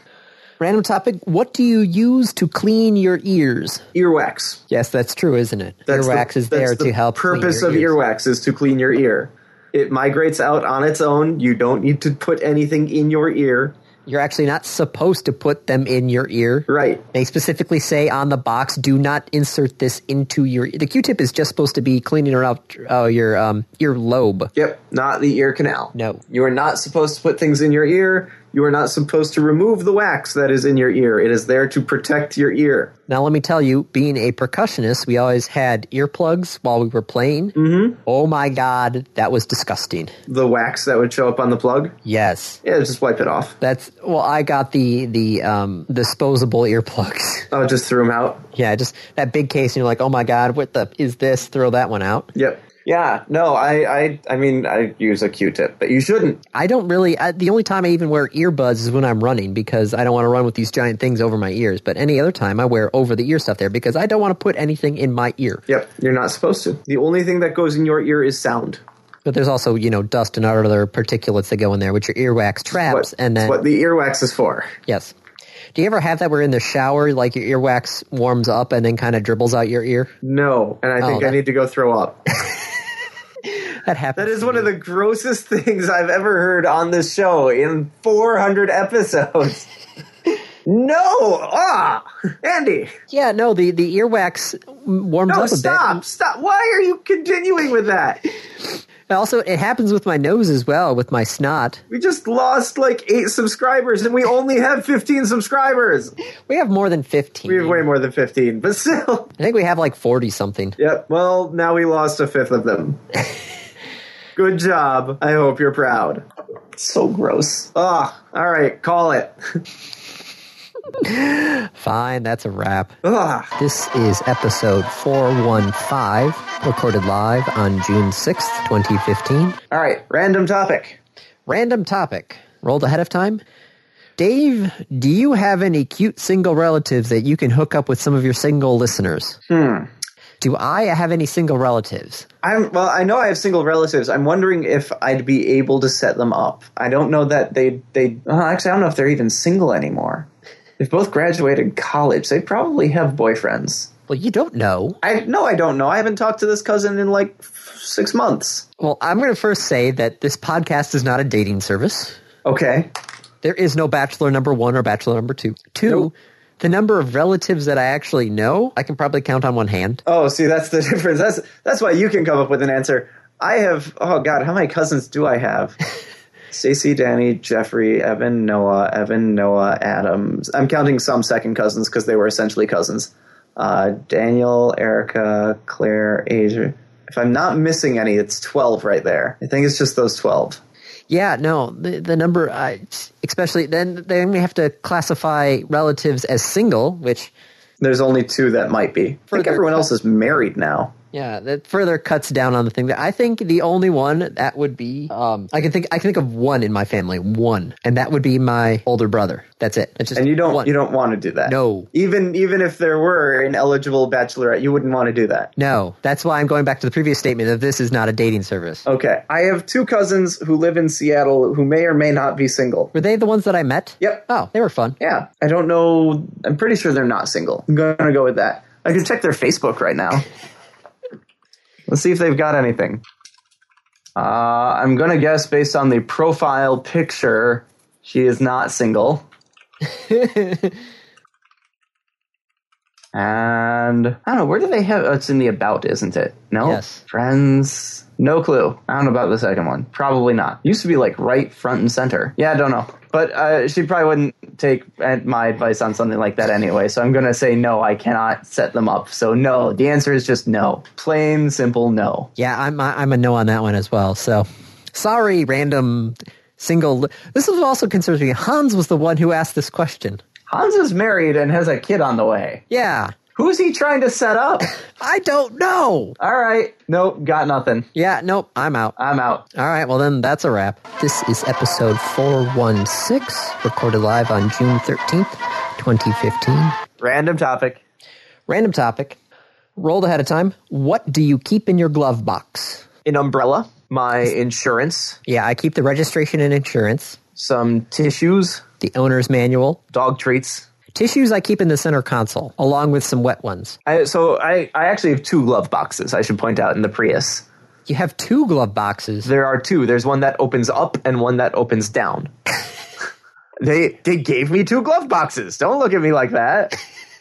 Speaker 1: Random topic. What do you use to clean your ears?
Speaker 2: earwax.
Speaker 1: Yes, that's true, isn't it?
Speaker 2: That's
Speaker 1: earwax
Speaker 2: the-
Speaker 1: is there
Speaker 2: that's the
Speaker 1: to help. clean
Speaker 2: Purpose
Speaker 1: your
Speaker 2: of
Speaker 1: ears.
Speaker 2: earwax is to clean your ear. It migrates out on its own. You don't need to put anything in your ear.
Speaker 1: You're actually not supposed to put them in your ear.
Speaker 2: Right.
Speaker 1: They specifically say on the box, "Do not insert this into your." The Q-tip is just supposed to be cleaning out uh, your um, ear lobe.
Speaker 2: Yep. Not the ear canal.
Speaker 1: No.
Speaker 2: You are not supposed to put things in your ear. You are not supposed to remove the wax that is in your ear. It is there to protect your ear.
Speaker 1: Now, let me tell you, being a percussionist, we always had earplugs while we were playing. Mm-hmm. Oh my god, that was disgusting.
Speaker 2: The wax that would show up on the plug.
Speaker 1: Yes,
Speaker 2: Yeah, just wipe it off.
Speaker 1: that's well. I got the the um, disposable earplugs.
Speaker 2: Oh, just threw them out.
Speaker 1: yeah, just that big case, and you're like, oh my god, what the is this? Throw that one out.
Speaker 2: Yep. Yeah. No, I, I, I mean, I use a Q-tip, but you shouldn't.
Speaker 1: I don't really. I, the only time I even wear earbuds is when I'm running because I don't want to run with these giant things over my ears. But any other time, I wear over the ear stuff there because I don't want to put anything in my ear.
Speaker 2: Yep. You're not supposed to. The only thing that goes in your ear is sound.
Speaker 1: But there's also you know dust and other particulates that go in there, which your earwax traps,
Speaker 2: What,
Speaker 1: and then
Speaker 2: what the earwax is for.
Speaker 1: yes. Do you ever have that where in the shower, like your earwax warms up and then kind of dribbles out your ear?
Speaker 2: No. And I think I
Speaker 1: that-
Speaker 2: need to go throw up.
Speaker 1: That happens.
Speaker 2: That is one of the grossest things I've ever heard on this show in 400 episodes. no. Ah, Andy.
Speaker 1: yeah, no, the the earwax warms
Speaker 2: No,
Speaker 1: up a bit.
Speaker 2: stop. Stop. Why are you continuing with that?
Speaker 1: And Also, it happens with my nose as well, with my snot.
Speaker 2: We just lost like eight subscribers and we only have 15 subscribers.
Speaker 1: We have more than fifteen.
Speaker 2: We have way more than 15, but still.
Speaker 1: I think we have like forty something.
Speaker 2: Yep. Well, now we lost a fifth of them. Good job. I hope you're proud. So gross. Ah, all right, call it.
Speaker 1: Fine, that's a wrap.
Speaker 2: Ah,
Speaker 1: This is episode 415, recorded live on June 6th, 2015.
Speaker 2: all right, random topic.
Speaker 1: Random topic, rolled ahead of time. Dave, do you have any cute single relatives that you can hook up with some of your single listeners? Hmm. Do I have any single relatives?
Speaker 2: I'm well, I know I have single relatives. I'm wondering if I'd be able to set them up. I don't know that they they uh, actually I don't know if they're even single anymore. They've both graduated college. They probably have boyfriends.
Speaker 1: Well, you don't know.
Speaker 2: I no, I don't know. I haven't talked to this cousin in like f- 6 months.
Speaker 1: Well, I'm going to first say that this podcast is not a dating service.
Speaker 2: Okay.
Speaker 1: There is no bachelor number one or bachelor number two. Two, the number of relatives that I actually know, I can probably count on one hand.
Speaker 2: Oh, see, that's the difference. That's that's why you can come up with an answer. I have. Oh God, how many cousins do I have? Stacy, Danny, Jeffrey, Evan, Noah, Evan, Noah, Adams. I'm counting some second cousins because they were essentially cousins. Uh, Daniel, Erica, Claire, Asia. If I'm not missing any, it's twelve right there. I think it's just those twelve.
Speaker 1: Yeah, no, the, the number, uh, especially then, then we have to classify relatives as single, which
Speaker 2: There's only two that might be. I think
Speaker 1: Further-
Speaker 2: everyone else is married now.
Speaker 1: yeah, that further cuts down on the thing. That I think the only one that would be, um, I can think, I can think of one in my family, one, and that would be my older brother. That's it. That's just
Speaker 2: And you don't
Speaker 1: one.
Speaker 2: you don't want to do that.
Speaker 1: No.
Speaker 2: Even even if there were an eligible bachelorette, you wouldn't want to do that.
Speaker 1: No, that's why I'm going back to the previous statement that this is not a dating service.
Speaker 2: Okay. I have two cousins who live in Seattle who may or may not be single.
Speaker 1: Were they the ones that I met?
Speaker 2: Yep.
Speaker 1: Oh, they were fun.
Speaker 2: Yeah. I don't know. I'm pretty sure they're not single. I'm going to go with that. I can check their Facebook right now. Let's see if they've got anything. Uh, I'm going to guess based on the profile picture, she is not single. And I don't know, where do they have? Oh, it's in the about, isn't it? No?
Speaker 1: Yes.
Speaker 2: Friends. No clue. I don't know about the second one. Probably not. Used to be like right front and center. Yeah, I don't know. But uh, she probably wouldn't take uh, my advice on something like that anyway. So I'm going to say no, I cannot set them up. So no, the answer is just no. Plain, simple no.
Speaker 1: Yeah, I'm I'm a no on that one as well. So sorry, random single. This is what also concerns me. Hans was the one who asked this question.
Speaker 2: Hans is married and has a kid on the way.
Speaker 1: Yeah,
Speaker 2: Who's he trying to set up?
Speaker 1: I don't know.
Speaker 2: All right. Nope, got nothing.
Speaker 1: Yeah, nope, I'm out.
Speaker 2: I'm out.
Speaker 1: All right, well, then that's a wrap. This is episode 416, recorded live on June 13th, 2015.
Speaker 2: Random topic.
Speaker 1: Random topic, rolled ahead of time. What do you keep in your glove box?
Speaker 2: An umbrella, my insurance,
Speaker 1: Yeah, I keep the registration and insurance,
Speaker 2: some tissues,
Speaker 1: the owner's manual.
Speaker 2: dog treats.
Speaker 1: Tissues I keep in the center console, along with some wet ones.
Speaker 2: I, so I, I actually have two glove boxes, I should point out, in the Prius.
Speaker 1: You have two glove boxes.
Speaker 2: There are two. There's one that opens up and one that opens down. they they gave me two glove boxes. Don't look at me like that.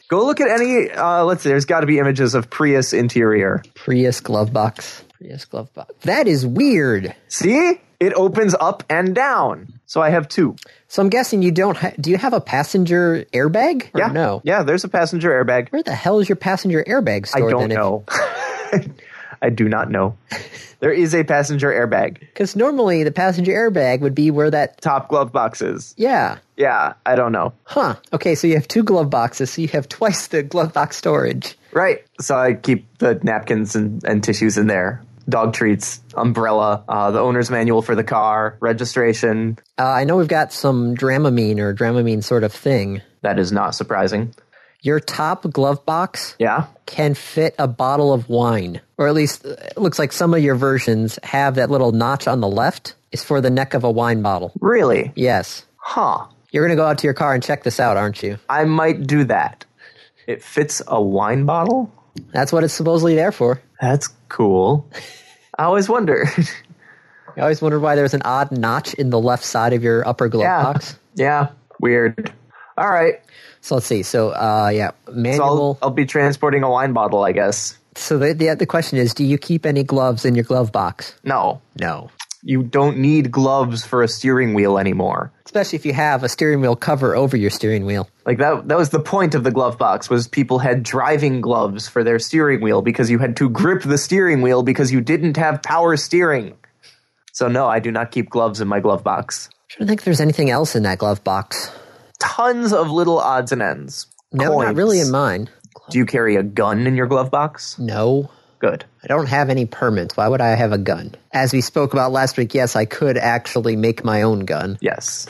Speaker 2: Go look at any uh, let's see, there's gotta be images of Prius interior.
Speaker 1: Prius glove box. Prius glove box. That is weird.
Speaker 2: See? It opens up and down. So I have two.
Speaker 1: So I'm guessing you don't. Ha- do you have a passenger airbag? Or
Speaker 2: Yeah.
Speaker 1: No.
Speaker 2: Yeah, there's a passenger airbag.
Speaker 1: Where the hell is your passenger airbag
Speaker 2: I
Speaker 1: stored?
Speaker 2: don't know. I do not know. There is a passenger airbag.
Speaker 1: Because normally the passenger airbag would be where that.
Speaker 2: Top glove boxes.
Speaker 1: Yeah.
Speaker 2: Yeah, I don't know.
Speaker 1: Huh. Okay. So you have two glove boxes. So you have twice the glove box storage.
Speaker 2: Right. So I keep the napkins and, and tissues in there. Dog treats, umbrella, uh, the owner's manual for the car, registration.
Speaker 1: Uh, I know we've got some Dramamine or Dramamine sort of thing.
Speaker 2: That is not surprising.
Speaker 1: Your top glove box
Speaker 2: Yeah.
Speaker 1: can fit a bottle of wine, or at least uh, it looks like some of your versions have that little notch on the left is for the neck of a wine bottle.
Speaker 2: Really?
Speaker 1: Yes.
Speaker 2: Huh.
Speaker 1: You're going to go out to your car and check this out, aren't you?
Speaker 2: I might do that. It fits a wine bottle?
Speaker 1: That's what it's supposedly there for.
Speaker 2: That's cool. I always wondered.
Speaker 1: I always wondered why there's an odd notch in the left side of your upper glove
Speaker 2: yeah.
Speaker 1: box.
Speaker 2: Yeah. Weird. All right.
Speaker 1: So let's see. So uh, yeah,
Speaker 2: So
Speaker 1: manual.
Speaker 2: I'll, I'll be transporting a wine bottle, I guess.
Speaker 1: So the, the the question is, do you keep any gloves in your glove box?
Speaker 2: No.
Speaker 1: No.
Speaker 2: You don't need gloves for a steering wheel anymore.
Speaker 1: Especially if you have a steering wheel cover over your steering wheel.
Speaker 2: Like that that was the point of the glove box was people had driving gloves for their steering wheel because you had to grip the steering wheel because you didn't have power steering. So no, I do not keep gloves in my glove box.
Speaker 1: I don't think there's anything else in that glove box.
Speaker 2: Tons of little odds and ends.
Speaker 1: No, not
Speaker 2: Coins.
Speaker 1: really in mine.
Speaker 2: Do you carry a gun in your glove box?
Speaker 1: No.
Speaker 2: Good.
Speaker 1: I don't have any permits. Why would I have a gun? As we spoke about last week, yes, I could actually make my own gun.
Speaker 2: Yes.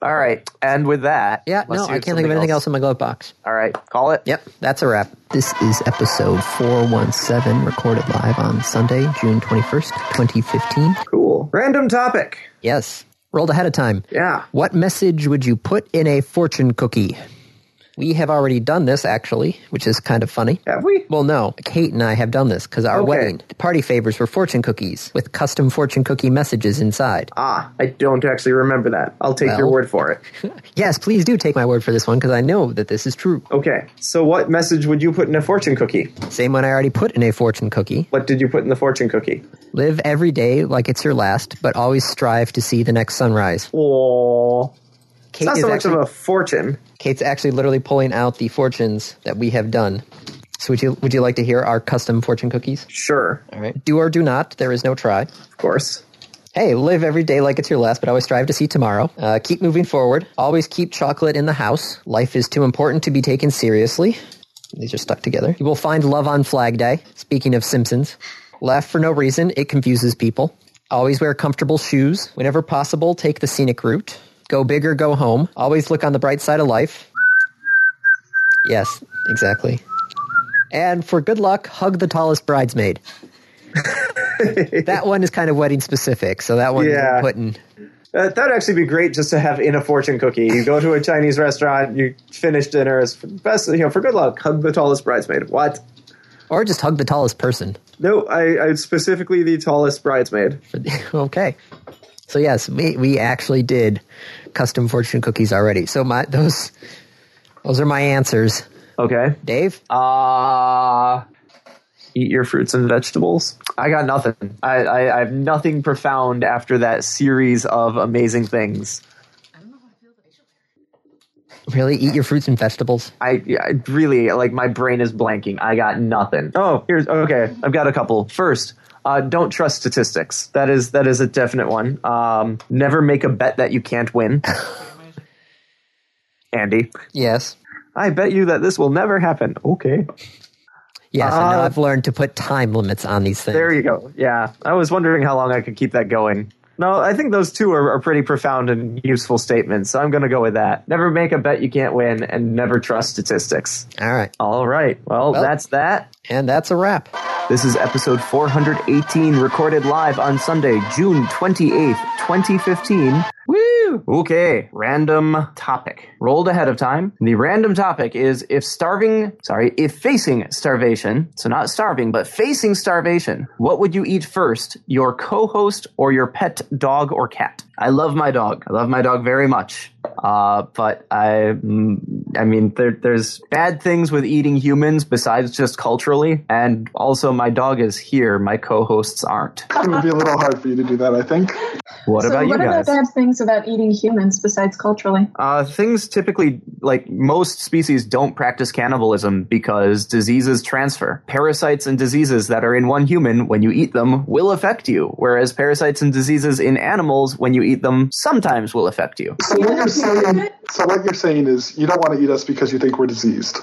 Speaker 2: All right. And with that,
Speaker 1: Yeah,
Speaker 2: unless
Speaker 1: no,
Speaker 2: you
Speaker 1: I
Speaker 2: have
Speaker 1: can't think of
Speaker 2: something
Speaker 1: anything else in my glove box.
Speaker 2: All right. Call it.
Speaker 1: Yep, that's a wrap. This is episode 417, recorded live on Sunday, June 21st, 2015.
Speaker 3: Cool. Random topic.
Speaker 1: Yes, rolled ahead of time.
Speaker 3: Yeah.
Speaker 1: What message would you put in a fortune cookie? We have already done this, actually, which is kind of funny.
Speaker 3: Have we?
Speaker 1: Well, no, Kate and I have done this because our
Speaker 3: Okay.
Speaker 1: wedding party favors were fortune cookies with custom fortune cookie messages inside.
Speaker 3: Ah, I don't actually remember that. I'll take your
Speaker 1: Well.
Speaker 3: word for it.
Speaker 1: Yes, please do take my word for this one because I know that this is true.
Speaker 3: Okay. So, what message would you put in a fortune cookie?
Speaker 1: Same one I already put in a fortune cookie.
Speaker 3: What did you put in the fortune cookie?
Speaker 1: Live every day like it's your last, but always strive to see the next sunrise.
Speaker 3: Oh, it's
Speaker 1: Kate
Speaker 3: not
Speaker 1: is
Speaker 3: so much
Speaker 1: actually,
Speaker 3: of a fortune.
Speaker 1: Kate's actually literally pulling out the fortunes that we have done. So would you would you like to hear our custom fortune cookies?
Speaker 3: Sure,
Speaker 1: All right. Do or do not. There is no try.
Speaker 3: of course.
Speaker 1: Hey, live every day like it's your last, but always strive to see tomorrow. Uh, keep moving forward. Always keep chocolate in the house. Life is too important to be taken seriously. These are stuck together. You will find love on Flag Day. Speaking of Simpsons, laugh for no reason. It confuses people. Always wear comfortable shoes. Whenever possible, take the scenic route. Go big or go home. Always look on the bright side of life. Yes, exactly. And for good luck, hug the tallest bridesmaid. that one is kind of wedding specific, so that one
Speaker 3: Yeah.
Speaker 1: you're putting.
Speaker 3: Uh, that would actually be great just to have in a fortune cookie. You go to a Chinese restaurant, you finish dinner as best, you know, for good luck, hug the tallest bridesmaid. What?
Speaker 1: Or just hug the tallest person.
Speaker 3: No, I, I specifically the tallest bridesmaid.
Speaker 1: For the- okay. So yes, we we actually did custom fortune cookies already. So my those those are my answers.
Speaker 2: Okay.
Speaker 1: Dave,
Speaker 2: Uh eat your fruits and vegetables. I got nothing. I, I, I have nothing profound after that series of amazing things.
Speaker 1: really eat your fruits and vegetables.
Speaker 2: I, I really like my brain is blanking. I got nothing. Oh, here's okay. I've got a couple. First, uh, don't trust statistics. That is that is a definite one. Um, never make a bet that you can't win. Andy,
Speaker 1: Yes.
Speaker 2: I bet you that this will never happen. Okay.
Speaker 1: Yes, and now
Speaker 2: Uh,
Speaker 1: I've learned to put time limits on these things.
Speaker 2: There you go. Yeah. I was wondering how long I could keep that going. No, I think those two are, are pretty profound and useful statements, so I'm going to go with that. Never make a bet you can't win and never trust statistics.
Speaker 1: All right.
Speaker 2: All right. Well,
Speaker 1: Well-
Speaker 2: that's that.
Speaker 1: And that's a wrap.
Speaker 2: This is episode 418, recorded live on Sunday, June 28th, 2015. Woo! Okay, random topic. Rolled ahead of time. The random topic is if starving, sorry, if facing starvation, so not starving, but facing starvation, what would you eat first, your co host or your pet dog or cat? I love my dog. I love my dog very much. Uh, but I, mm, I mean, there, there's bad things with eating humans besides just culturally, and also my dog is here. My co-hosts aren't.
Speaker 4: It would be a little hard for you to do that, I think.
Speaker 2: What
Speaker 5: so
Speaker 2: about you
Speaker 5: what are
Speaker 2: guys?
Speaker 5: the bad things about eating humans besides culturally?
Speaker 2: Uh, things typically, like most species, don't practice cannibalism because diseases transfer. Parasites and diseases that are in one human, when you eat them, will affect you, whereas parasites and diseases in animals, when you eat them, sometimes will affect you.
Speaker 4: So what you're saying, so what you're saying is you don't want to eat us because you think we're diseased.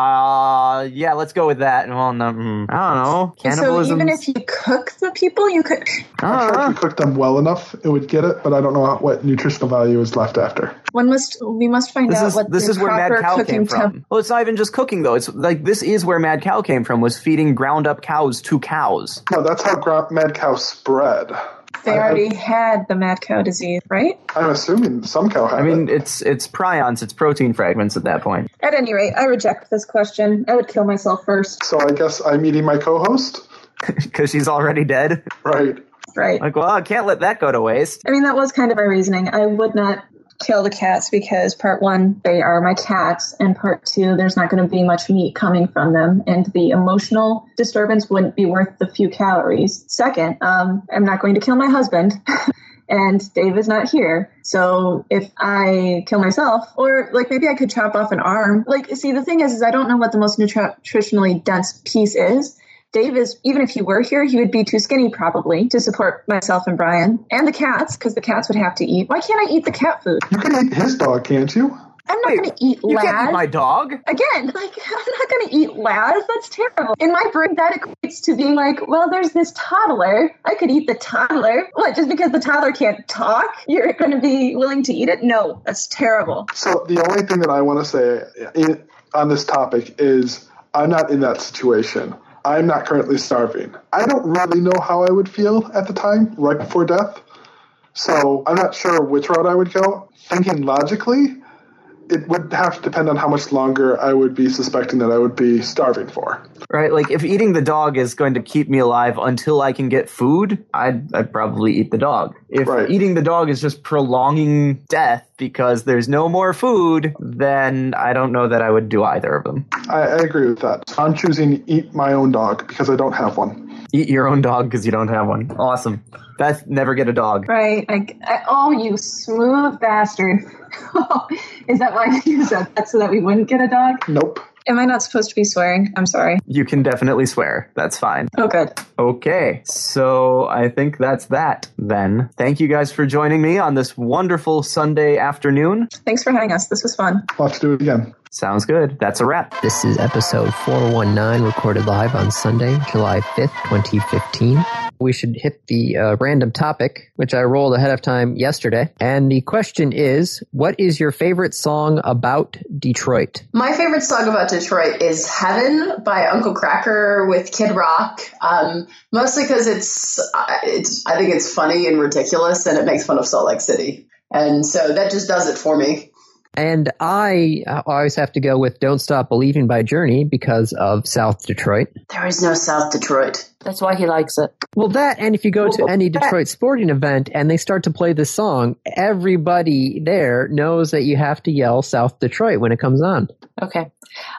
Speaker 2: Uh, yeah, let's go with that. Well, no, mm, I don't know.
Speaker 5: So
Speaker 2: Cannibalism.
Speaker 5: even if you cook the people, you could.
Speaker 4: I'm sure if you cooked them well enough, it would get it, but I don't know what nutritional value is left after.
Speaker 5: One must. We must find
Speaker 2: this
Speaker 5: out
Speaker 2: is
Speaker 5: what
Speaker 2: this
Speaker 5: the
Speaker 2: is where Mad
Speaker 5: proper
Speaker 2: Cow
Speaker 5: cooking
Speaker 2: came from.
Speaker 5: temp-
Speaker 2: well, it's not even just cooking though. It's like this is where Mad Cow came from was feeding ground up cows to cows.
Speaker 4: No, that's how gra- mad cow spread.
Speaker 5: They already had the mad cow disease, right?
Speaker 4: I'm assuming some cow had
Speaker 2: I mean,
Speaker 4: it.
Speaker 2: it's it's prions, it's protein fragments at that point.
Speaker 5: At any rate, I reject this question. I would kill myself first.
Speaker 4: So I guess I'm eating my co-host,
Speaker 2: because she's already dead.
Speaker 4: right?
Speaker 5: Right.
Speaker 2: Like, well, I can't let that go to waste.
Speaker 5: I mean, that was kind of my reasoning. I would not kill the cats because part one, they are my cats, and part two, there's not going to be much meat coming from them, and the emotional disturbance wouldn't be worth the few calories. Second, um, I'm not going to kill my husband. And Dave is not here. So if I kill myself, or like maybe I could chop off an arm. Like, see, the thing is, is I don't know what the most nutri- nutritionally dense piece is. Dave is, even if he were here, he would be too skinny probably to support myself and Brian and the cats because the cats would have to eat. Why can't I eat the cat food?
Speaker 4: You can eat his dog, can't you?
Speaker 5: I'm not
Speaker 2: Wait,
Speaker 5: going to eat
Speaker 2: You can't
Speaker 5: lad.
Speaker 2: eat my dog.
Speaker 5: Again, like, I'm not going to eat lad. That's terrible. In my brain, that equates to being like, well, there's this toddler. I could eat the toddler. What, just because the toddler can't talk, you're going to be willing to eat it? No, that's terrible.
Speaker 4: So the only thing that I want to say in, on this topic is I'm not in that situation. I'm not currently starving. I don't really know how I would feel at the time, right before death. So I'm not sure which route I would go. Thinking logically, it would have to depend on how much longer I would be suspecting that I would be starving for.
Speaker 2: Right? Like, if eating the dog is going to keep me alive until I can get food, I'd, I'd probably eat the dog. If
Speaker 4: Right.
Speaker 2: eating the dog is just prolonging death because there's no more food, then I don't know that I would do either of them.
Speaker 4: I, I agree with that. I'm choosing eat my own dog because I don't have one.
Speaker 2: Eat your own dog because you don't have one. Awesome. That's never get a dog.
Speaker 5: Right. I, I, oh, you smooth bastard. Oh, Is that why you said that so that we wouldn't get a dog?
Speaker 4: Nope.
Speaker 5: Am I not supposed to be swearing? I'm sorry.
Speaker 2: You can definitely swear. That's fine.
Speaker 5: Oh, good.
Speaker 2: Okay, so I think that's that then. Thank you guys for joining me on this wonderful Sunday afternoon.
Speaker 5: Thanks for having us. This was fun.
Speaker 4: We'll have to do it again.
Speaker 2: Sounds good. That's a wrap.
Speaker 1: This is episode 419, recorded live on Sunday, July 5th, 2015. We should hit the uh, random topic, which I rolled ahead of time yesterday. And the question is What is your favorite song about Detroit?
Speaker 6: My favorite song about Detroit is Heaven by Uncle Cracker with Kid Rock. Um, mostly because it's, uh, it's, I think it's funny and ridiculous and it makes fun of Salt Lake City. And so that just does it for me.
Speaker 1: And I uh, always have to go with Don't Stop Believing by Journey because of South Detroit.
Speaker 6: There is no South Detroit.
Speaker 7: That's why he likes it.
Speaker 1: Well, that, and if you go to any Detroit sporting event and they start to play this song, everybody there knows that you have to yell South Detroit when it comes on.
Speaker 7: Okay.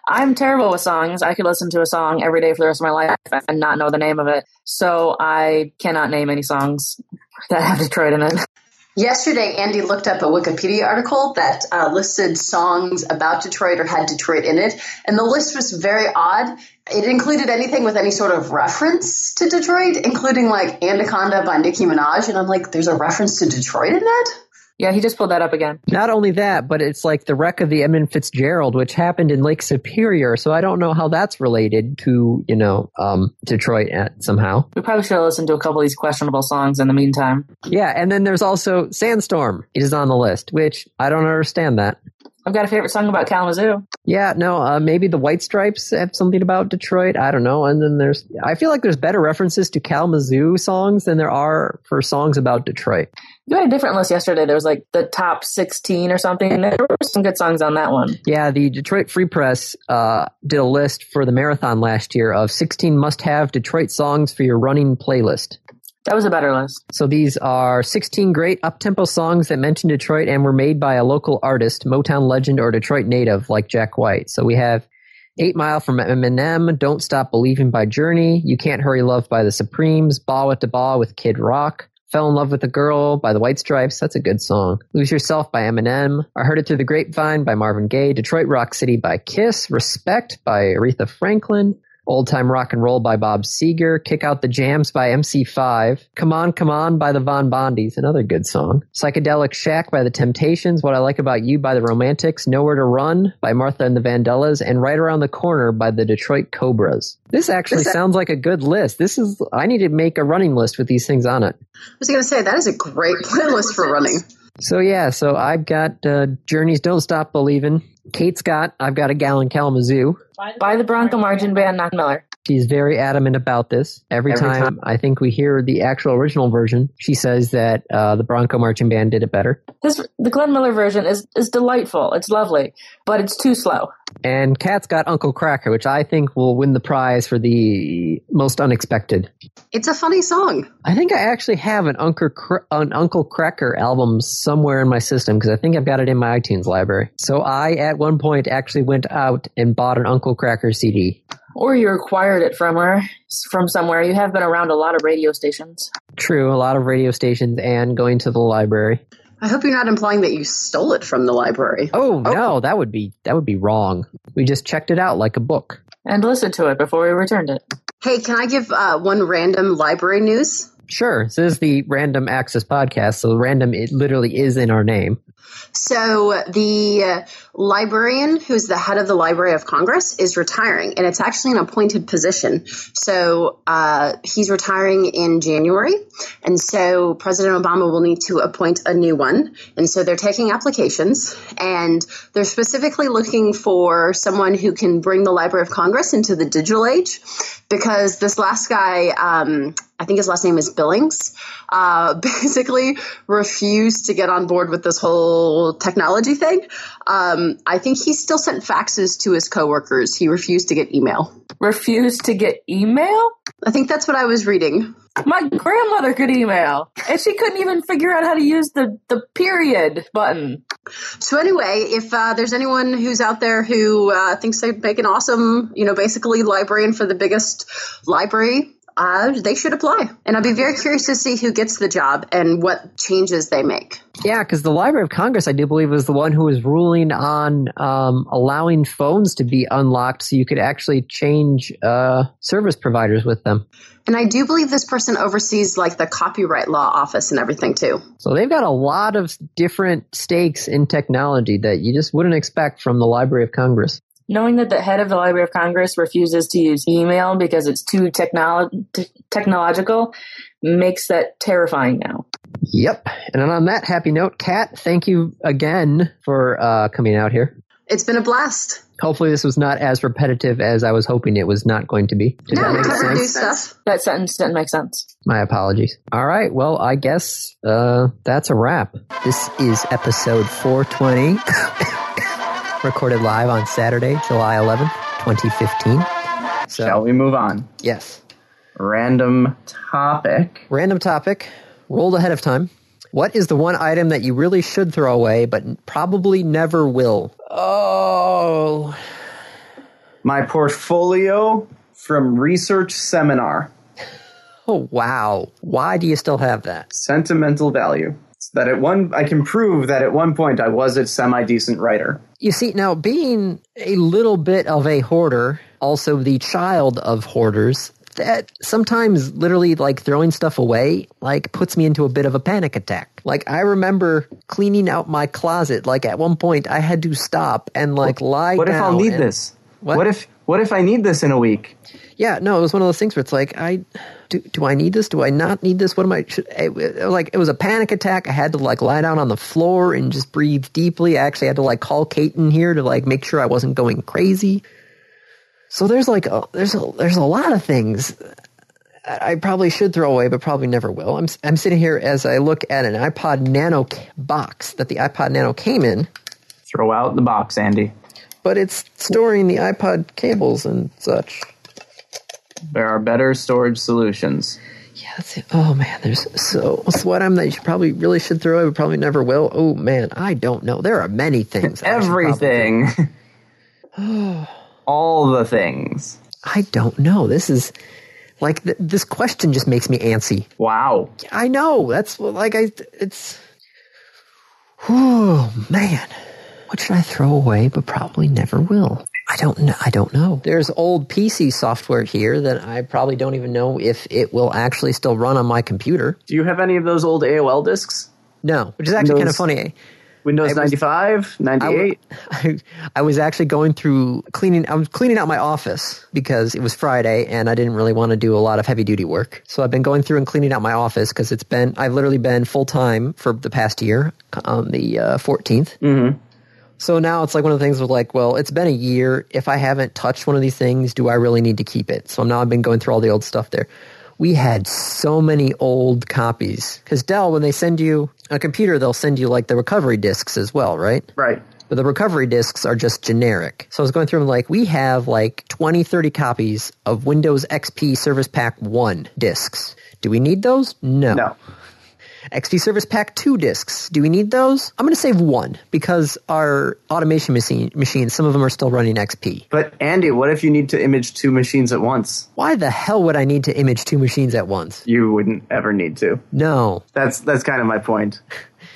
Speaker 7: I'm terrible with songs. I could listen to a song every day for the rest of my life and not know the name of it. So I cannot name any songs that have Detroit in it.
Speaker 6: Yesterday, Andy looked up a Wikipedia article that uh, listed songs about Detroit or had Detroit in it, and the list was very odd. It included anything with any sort of reference to Detroit, including like Anaconda by Nicki Minaj, and I'm like, there's a reference to Detroit in that?
Speaker 7: Yeah, he just pulled that up again.
Speaker 1: Not only that, but it's like the wreck of the Edmund Fitzgerald, which happened in Lake Superior. So I don't know how that's related to, you know, um, Detroit at, somehow.
Speaker 7: We probably should have listened to a couple of these questionable songs in the meantime.
Speaker 1: Yeah. And then there's also Sandstorm is on the list, which I don't understand that.
Speaker 7: I've got a favorite song about Kalamazoo.
Speaker 1: Yeah, no, uh, maybe the White Stripes have something about Detroit. I don't know. And then there's, I feel like there's better references to Kalamazoo songs than there are for songs about Detroit.
Speaker 7: You had a different list yesterday. There was like the top 16 or something. and There were some good songs on that one.
Speaker 1: Yeah, the Detroit Free Press uh, did a list for the marathon last year of 16 must have Detroit songs for your running playlist.
Speaker 7: That was a better list.
Speaker 1: So these are 16 great up-tempo songs that mention Detroit and were made by a local artist, Motown legend, or Detroit native like Jack White. So we have Eight Mile from Eminem, Don't Stop Believing by Journey, You Can't Hurry Love by the Supremes, Ball with the Ball with Kid Rock, Fell in Love with a Girl by the White Stripes. That's a good song. Lose Yourself by Eminem, I Heard It Through the Grapevine by Marvin Gaye, Detroit Rock City by Kiss, Respect by Aretha Franklin, Old Time Rock and Roll by Bob Seger, Kick Out the Jams by MC5, Come On, Come On by the Von Bondies, another good song, Psychedelic Shack by the Temptations, What I Like About You by the Romantics, Nowhere to Run by Martha and the Vandellas, and Right Around the Corner by the Detroit Cobras. This actually
Speaker 6: This-
Speaker 1: sounds like a good list. This is, I need to make a running list with these things on it.
Speaker 6: I was going to say, that is a great playlist for running.
Speaker 1: So yeah, so I've got uh, Journeys Don't Stop Believing. Kate's got I've got a gal in Kalamazoo.
Speaker 7: By the Bronco Margin Band, Knock Miller.
Speaker 1: She's very adamant about this. Every, time, I think we hear the actual original version, she says that uh, the Bronco Marching Band did it better.
Speaker 7: This, the Glenn Miller version is, is delightful. It's lovely, but it's too slow.
Speaker 1: And Kat's got Uncle Cracker, which I think will win the prize for the most unexpected.
Speaker 6: It's a funny song.
Speaker 1: I think I actually have an Uncle Cr- an Uncle Cracker album somewhere in my system because I think I've got it in my iTunes library. So I at one point actually went out and bought an Uncle Cracker CD.
Speaker 7: Or you acquired it from her, from somewhere. You have been around a lot of radio stations.
Speaker 1: True, a lot of radio stations and going to the library.
Speaker 6: I hope you're not implying that you stole it from the library.
Speaker 1: Oh, no, that would be that would be wrong. We just checked it out like a book.
Speaker 7: And listened to it before we returned it.
Speaker 6: Hey, can I give uh, one random library news?
Speaker 1: Sure, this is the Random Access podcast, so random it literally is in our name.
Speaker 6: So the uh, librarian who's the head of the Library of Congress is retiring, and it's actually an appointed position. So uh, he's retiring in January, and so President Obama will need to appoint a new one. And so they're taking applications, and they're specifically looking for someone who can bring the Library of Congress into the digital age, because this last guy, um, I think his last name is Billings uh, basically refused to get on board with this whole technology thing. Um, I think he still sent faxes to his coworkers. He refused to get email.
Speaker 7: Refused to get email?
Speaker 6: I think that's what I was reading.
Speaker 7: My grandmother could email, and she couldn't even figure out how to use the, the period button.
Speaker 6: So anyway, if uh, there's anyone who's out there who uh, thinks they make an awesome, you know, basically librarian for the biggest library. Uh, they should apply. And I'd be very curious to see who gets the job and what changes they make.
Speaker 1: Yeah, because the Library of Congress, I do believe, was the one who was ruling on um, allowing phones to be unlocked so you could actually change uh, service providers with them.
Speaker 6: And I do believe this person oversees like the copyright law office and everything too.
Speaker 1: So they've got a lot of different stakes in technology that you just wouldn't expect from the Library of Congress.
Speaker 7: Knowing that the head of the Library of Congress refuses to use email because it's too technolo- t- technological makes that terrifying now.
Speaker 1: Yep. And on that happy note, Kat, thank you again for uh, coming out here.
Speaker 6: It's been a blast.
Speaker 1: Hopefully, this was not as repetitive as I was hoping it was not going to be. Did
Speaker 6: No,
Speaker 1: that make
Speaker 6: we covered new
Speaker 1: sense?
Speaker 6: stuff.
Speaker 7: That sentence didn't make sense.
Speaker 1: My apologies. All right. Well, I guess uh, that's a wrap. This is episode 420, recorded live on Saturday, July 11th, 2015. So,
Speaker 2: Shall we move on?
Speaker 1: yes.
Speaker 3: Random topic.
Speaker 1: Random topic, rolled ahead of time. What is the one item that you really should throw away, but probably never will? Oh,
Speaker 3: My portfolio from research seminar.
Speaker 1: oh wow! Why do you still have that?
Speaker 3: Sentimental value. It's that at one, I can prove that at one point I was a semi decent writer.
Speaker 1: You see, now being a little bit of a hoarder, also the child of hoarders, that sometimes literally like throwing stuff away like puts me into a bit of a panic attack. Like I remember cleaning out my closet. Like at one point, I had to stop and like lie.
Speaker 2: What if I'll
Speaker 1: down
Speaker 2: need
Speaker 1: and-
Speaker 2: this?
Speaker 1: What?
Speaker 2: what if what if I need this in a week?
Speaker 1: Yeah, no, it was one of those things where it's like, I do, do I need this? Do I not need this? What am I? Should, it, it, like, it was a panic attack. I had to like lie down on the floor and just breathe deeply. I actually had to like call Kate in here to like make sure I wasn't going crazy. So there's like a, there's a, there's a lot of things I I probably should throw away, but probably never will. I'm s- I'm sitting here as I look at an iPod Nano c- box that the iPod Nano came in,
Speaker 2: Throw out the box, Andy.
Speaker 1: but it's storing the iPod cables and such.
Speaker 2: There are better storage solutions.
Speaker 1: Yeah, that's it. Oh man, there's so what's what I'm that you should probably really should throw away, but probably never will. Oh man, I don't know. There are many things. I should probably-
Speaker 2: Everything. All the things.
Speaker 1: I don't know. This is like th- this question just makes me antsy.
Speaker 2: Wow.
Speaker 1: I know. That's what- like I. It's. Oh man, what should I throw away, but probably never will? I don't know. I don't know. There's old PC software here that I probably don't even know if it will actually still run on my computer.
Speaker 2: Do you have any of those old AOL discs?
Speaker 1: No, which is actually kind of
Speaker 2: Windows-
Speaker 1: funny.
Speaker 2: Windows 95, 98?
Speaker 1: I, I was actually going through cleaning. I was cleaning out my office because it was Friday and I didn't really want to do a lot of heavy duty work. So I've been going through and cleaning out my office because it's been, I've literally been full time for the past year on the uh, 14th. Mm-hmm. So now it's like one of the things with like, well, it's been a year. If I haven't touched one of these things, do I really need to keep it? So now I've been going through all the old stuff there. We had so many old copies because Dell, when they send you a computer, they'll send you like the recovery disks as well, right?
Speaker 3: Right.
Speaker 1: but the recovery discs are just generic. So I was going through and like, we have like 20, 30 copies of Windows XP Service Pack 1 discs. Do we need those? No.
Speaker 3: No.
Speaker 1: XP Service Pack 2 discs. Do we need those? I'm going to save one because our automation machine, machines, some of them are still running XP.
Speaker 2: But Andy, what if you need to image two machines at once?
Speaker 1: Why the hell would I need to image two machines at once?
Speaker 2: You wouldn't ever need to.
Speaker 1: No.
Speaker 2: That's that's kind of my point.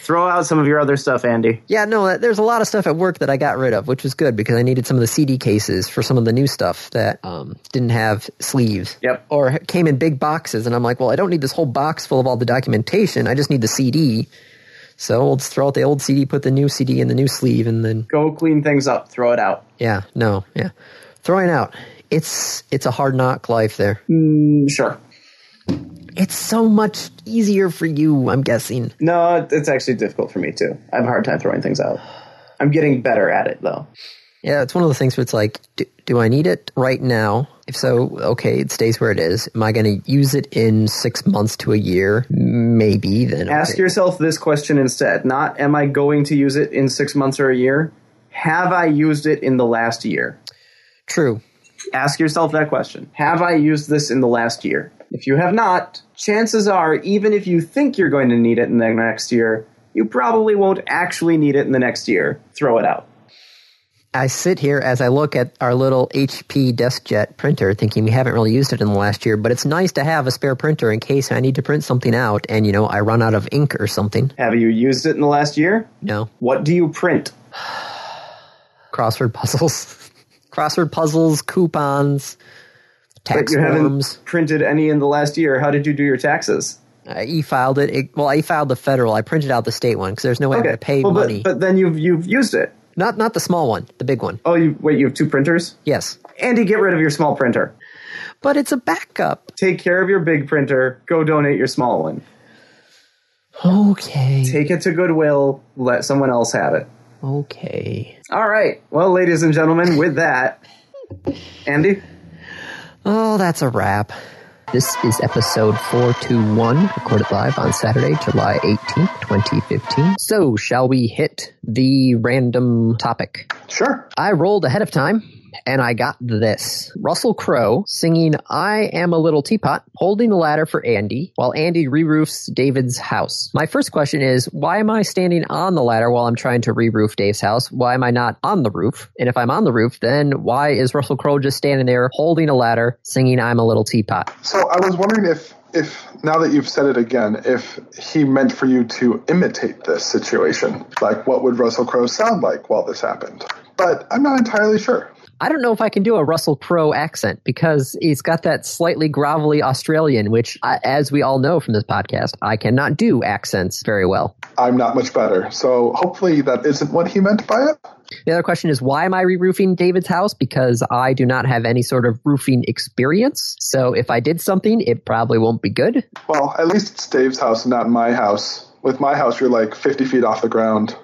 Speaker 2: Throw out some of your other stuff, Andy.
Speaker 1: Yeah, no, uh, there's a lot of stuff at work that I got rid of, which was good because I needed some of the CD cases for some of the new stuff that um, didn't have sleeves.
Speaker 2: Yep.
Speaker 1: Or came in big boxes. And I'm like, well, I don't need this whole box full of all the documentation. I just need the CD. So we'll just throw out the old CD, put the new CD in the new sleeve, and then,
Speaker 2: Go clean things up. Throw it out.
Speaker 1: yeah, no, yeah. Throwing out. It's it's a hard knock life there.
Speaker 2: Mm, Sure.
Speaker 1: It's so much easier for you, I'm guessing.
Speaker 2: No, it- it's actually difficult for me too. I have a hard time throwing things out. I'm getting better at it though.
Speaker 1: Yeah, it's one of the things where it's like, do, do I need it right now? If so, okay, it stays where it is. Am I going to use it in six months to a year? Maybe then.
Speaker 2: Ask
Speaker 1: okay.
Speaker 2: yourself this question instead. Not am I going to use it in 6 months or a year? Have I used it in the last year?
Speaker 1: True.
Speaker 2: Ask yourself that question. Have I used this in the last year? If you have not, chances are, even if you think you're going to need it in the next year, you probably won't actually need it in the next year. Throw it out.
Speaker 1: I sit here as I look at our little HP DeskJet printer, thinking we haven't really used it in the last year, but it's nice to have a spare printer in case I need to print something out and, you know, I run out of ink or something.
Speaker 2: Have you used it in the last year?
Speaker 1: No.
Speaker 2: What do you print?
Speaker 1: Crossword puzzles. Crossword puzzles, coupons,
Speaker 2: But
Speaker 1: tax
Speaker 2: you
Speaker 1: forms.
Speaker 2: haven't printed any in the last year. How did you do your taxes?
Speaker 1: I e-filed Uh, it. it. Well, I e-filed the federal. I printed out the state one because there's no way I'm going to pay
Speaker 2: Well,
Speaker 1: money.
Speaker 2: but, but then you've you've used it.
Speaker 1: not not the small one, the big one.
Speaker 2: Oh, you, wait, you have two printers?
Speaker 1: Yes,
Speaker 2: Andy, get rid of your small printer.
Speaker 1: but it's a backup.
Speaker 2: Take care of your big printer. Go donate your small one.
Speaker 1: Okay,
Speaker 2: Take it to Goodwill. Let someone else have it.
Speaker 1: okay.
Speaker 2: All right. Well, ladies and gentlemen, with that, Andy,
Speaker 1: Oh, that's a wrap. This is episode 421, recorded live on Saturday, July 18th, 2015. So, shall we hit the random topic?
Speaker 4: Sure.
Speaker 1: I rolled ahead of time. and I got this. Russell Crowe singing I Am a Little Teapot, holding the ladder for Andy, while Andy re roofs David's house. My first question is why am I standing on the ladder while I'm trying to re roof Dave's house? Why am I not on the roof? And if I'm on the roof, then why is Russell Crowe just standing there holding a ladder singing I'm a Little Teapot?
Speaker 4: So I was wondering if, if now that you've said it again, if he meant for you to imitate this situation, like what would Russell Crowe sound like while this happened? But I'm not entirely sure.
Speaker 1: I don't know if I can do a Russell Crowe accent because he's got that slightly grovelly Australian, which, I, as we all know from this podcast, I cannot do accents very well.
Speaker 4: I'm not much better. So hopefully that isn't what he meant by it.
Speaker 1: The other question is why am I re roofing David's house? Because I do not have any sort of roofing experience. So if I did something, it probably won't be good.
Speaker 4: Well, at least it's Dave's house, not my house. With my house, you're like 50 feet off the ground.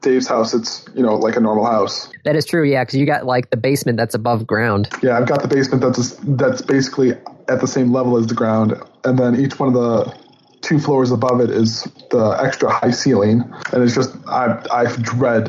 Speaker 4: Dave's house, it's, you know, like a normal house.
Speaker 1: That is true, yeah, because you got like the basement that's above ground.
Speaker 4: Yeah, I've got the basement that's that's basically at the same level as the ground, and then each one of the two floors above it is the extra high ceiling, and it's just I I dread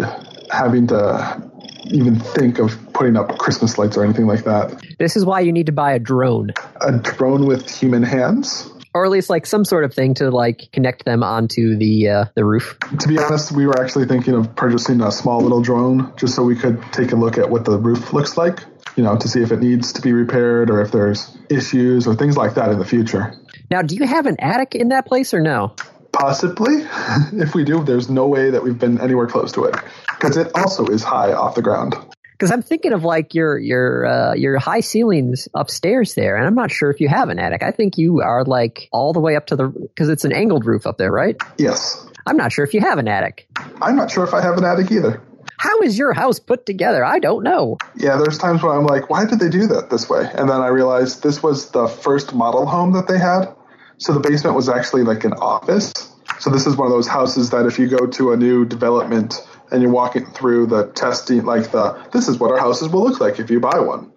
Speaker 4: having to even think of putting up Christmas lights or anything like that.
Speaker 1: This is why you need to buy a drone,
Speaker 4: A drone with human hands.
Speaker 1: or at least like some sort of thing to like connect them onto the uh, the roof.
Speaker 4: To be honest, we were actually thinking of purchasing a small little drone just so we could take a look at what the roof looks like, you know, to see if it needs to be repaired or if there's issues or things like that in the future.
Speaker 1: Now, do you have an attic in that place or no?
Speaker 4: Possibly. if we do, there's no way that we've been anywhere close to it because it also is high off the ground.
Speaker 1: Because I'm thinking of like your your uh, your high ceilings upstairs there, and I'm not sure if you have an attic. I think you are like all the way up to the because it's an angled roof up there, right?
Speaker 4: Yes.
Speaker 1: I'm not sure if you have an attic.
Speaker 4: I'm not sure if I have an attic either.
Speaker 1: How is your house put together? I don't know.
Speaker 4: Yeah, there's times when I'm like, why did they do that this way? And then I realized this was the first model home that they had. So the basement was actually like an office. So this is one of those houses that if you go to a new development and you're walking through the testing, like the, this is what our houses will look like if you buy one.